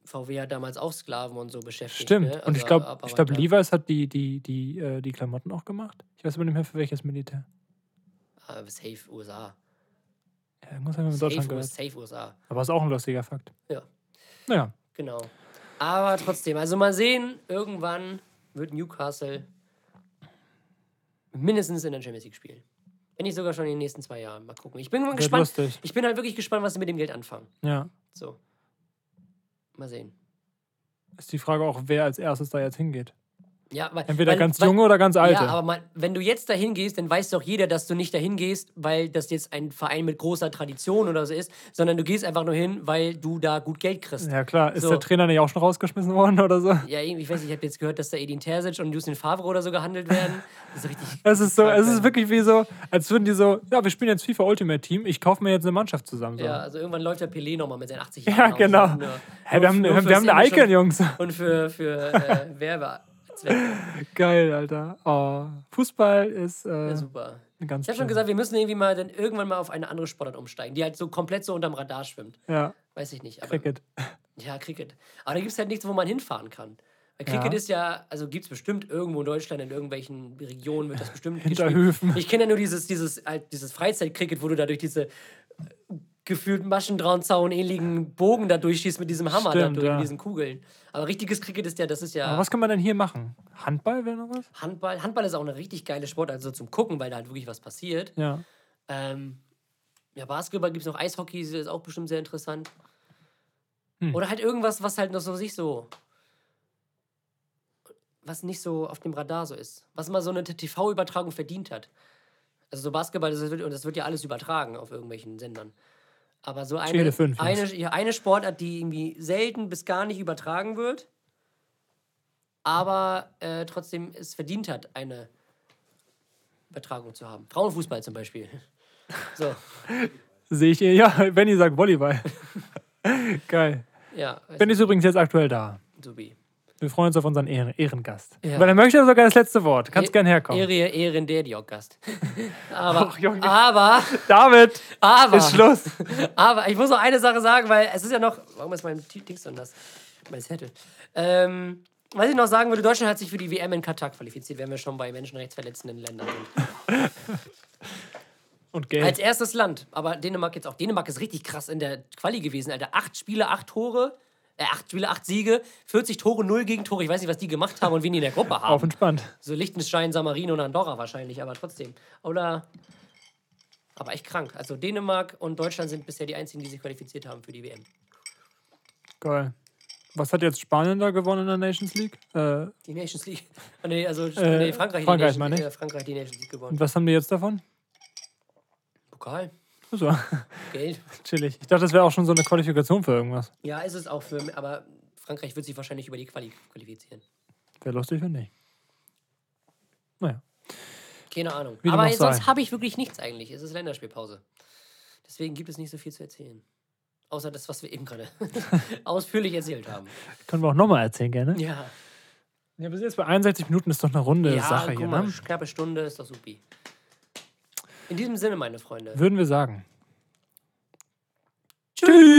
VW hat damals auch Sklaven und so beschäftigt.
Stimmt.
Ne?
Und ich
Also
glaube,
Abarbeiter.
ich glaub, Levi's hat die, die, die, äh, die Klamotten auch gemacht. Ich weiß aber nicht mehr, für welches Militär.
Ah, safe USA.
Ja, Irgendwas haben wir in Deutschland
Safe, US-
gehört.
safe USA.
Aber ist auch ein lustiger Fakt.
Ja.
Naja.
Genau. Aber trotzdem, also mal sehen, irgendwann wird Newcastle mindestens in der Champions League spielen. Wenn nicht sogar schon in den nächsten zwei Jahren. Mal gucken. Ich bin mal
Wird
gespannt.
lustig.
Ich bin halt wirklich gespannt, was sie mit dem Geld anfangen.
Ja.
So. Mal sehen.
Ist die Frage auch, wer als erstes da jetzt hingeht.
Ja, weil,
Entweder
weil,
ganz
weil,
junge oder ganz alte.
Ja, aber man, wenn du jetzt dahin gehst, dann weiß doch jeder, dass du nicht dahin gehst, weil das jetzt ein Verein mit großer Tradition oder so ist, sondern du gehst einfach nur hin, weil du da gut Geld kriegst. Ja,
ja klar, ist
So.
der Trainer nicht auch schon rausgeschmissen worden oder so?
irgendwie, ich weiß nicht, ich habe jetzt gehört, dass da Edin Terzic und Justin Favre oder so gehandelt werden. Das ist richtig.
Es ist so, es
krank,
ist wirklich wie so, als würden die so, ja, wir spielen jetzt FIFA Ultimate Team, ich kaufe mir jetzt eine Mannschaft zusammen. So. Ja,
Ja, also irgendwann läuft der Pelé nochmal mit seinen 80 Jahren. auf.
genau.
Und, äh,
hey,
nur-
wir haben,
nur
wir
fürs
haben eine
Image
Icon, Jungs.
Und für, für äh, Werbezwecke.
Geil, Alter. Oh, Fußball ist äh,
Ja, super.
eine ganz
Ich habe schon
schlimme-
gesagt, wir müssen irgendwie mal dann irgendwann mal auf eine andere Sportart umsteigen, die halt so komplett so unterm Radar schwimmt.
Ja,
Weiß ich nicht. Aber
Cricket.
Ja, Cricket. Aber da gibt es halt nichts, wo man hinfahren kann. Weil Cricket
Ja.
ist ja, also gibt es bestimmt irgendwo in Deutschland, in irgendwelchen Regionen wird das bestimmt
Hinterhöfen.
gespielt. Ich kenne ja nur dieses, dieses, halt dieses Freizeit-Cricket, wo du da durch diese äh, gefühlt Maschendrahnzaun-ähnlichen Bogen da durchschießt mit diesem Hammer da
Stimmt,
durch,
ja.
mit diesen Kugeln. Aber richtiges Cricket ist ja, das ist ja
Aber was kann man denn hier machen? Handball wäre noch was?
Handball. Handball ist auch eine richtig geile Sportart, also zum Gucken, weil da halt wirklich was passiert.
Ja.
Ähm, Ja, Basketball gibt es noch, Eishockey das ist auch bestimmt sehr interessant.
Hm.
Oder halt irgendwas, was halt noch so sich so. Was nicht so auf dem Radar so ist. Was mal so eine TV-Übertragung verdient hat. Also so Basketball, das wird, und das wird ja alles übertragen auf irgendwelchen Sendern. Aber so eine,
Tele fünf, ja.
eine, ja, eine Sportart, die irgendwie selten bis gar nicht übertragen wird, aber äh, trotzdem es verdient hat, eine Übertragung zu haben. Frauenfußball zum Beispiel. So,
Sehe ich, ja, Benny sagt Volleyball. Geil.
ja,
Benny ist übrigens jetzt aktuell da.
Subi.
Wir freuen uns auf unseren Ehren Ehrengast.
Ja. E-
Weil er möchte sogar das letzte Wort. Kannst gern herkommen.
Ehre, Ehren, der die auch oh Gast. aber,
Och, Junge.
aber,
David,
aber,
ist Schluss.
aber, ich muss noch eine Sache sagen, weil es ist ja noch, warum ist mein T- Dings anders? Mein Zettel. Ähm, was ich noch sagen würde, Deutschland hat sich für die WM in Katar qualifiziert, wenn wir schon bei menschenrechtsverletzenden Ländern sind.
Und Geld.
Als erstes Land, aber Dänemark jetzt auch. Dänemark ist richtig krass in der Quali gewesen, Alter. Acht Spiele, acht Tore, äh, acht Spiele, acht Siege, 40 Tore, null Gegentore. Ich weiß nicht, was die gemacht haben und wen die in der Gruppe haben.
Auf entspannt.
So Liechtenstein, San Marino und Andorra wahrscheinlich, aber trotzdem. Oder. Aber echt krank. Also Dänemark und Deutschland sind bisher die einzigen, die sich qualifiziert haben für die WM.
Geil. Was hat jetzt Spanien da gewonnen in der Nations League? Äh,
Die Nations League. Ah, nee, also nee, Frankreich,
Frankreich,
die Nation-
meine ich.
äh, Frankreich die Nations League
und
gewonnen.
was haben die jetzt davon?
Pokal,
So,
Geld.
chillig. Ich dachte, das wäre auch schon so eine Qualifikation für irgendwas.
Ja, ist es auch für. Aber Frankreich wird sich wahrscheinlich über die Quali qualifizieren.
Wäre lustig, wenn nicht. Naja.
Keine Ahnung.
Wie dem
aber
auch sei.
sonst habe ich wirklich nichts eigentlich. Es ist Länderspielpause. Deswegen gibt es nicht so viel zu erzählen. Außer das, was wir eben gerade ausführlich erzählt haben.
Können wir auch nochmal erzählen, gerne. Ja.
Ja.
wir sind jetzt bei 61 Minuten, ist doch eine runde
ja,
Sache
guck
hier,
mal,
ne?
Knappe Stunde ist doch supi. In diesem Sinne, meine Freunde.
Würden wir sagen. Tschüss!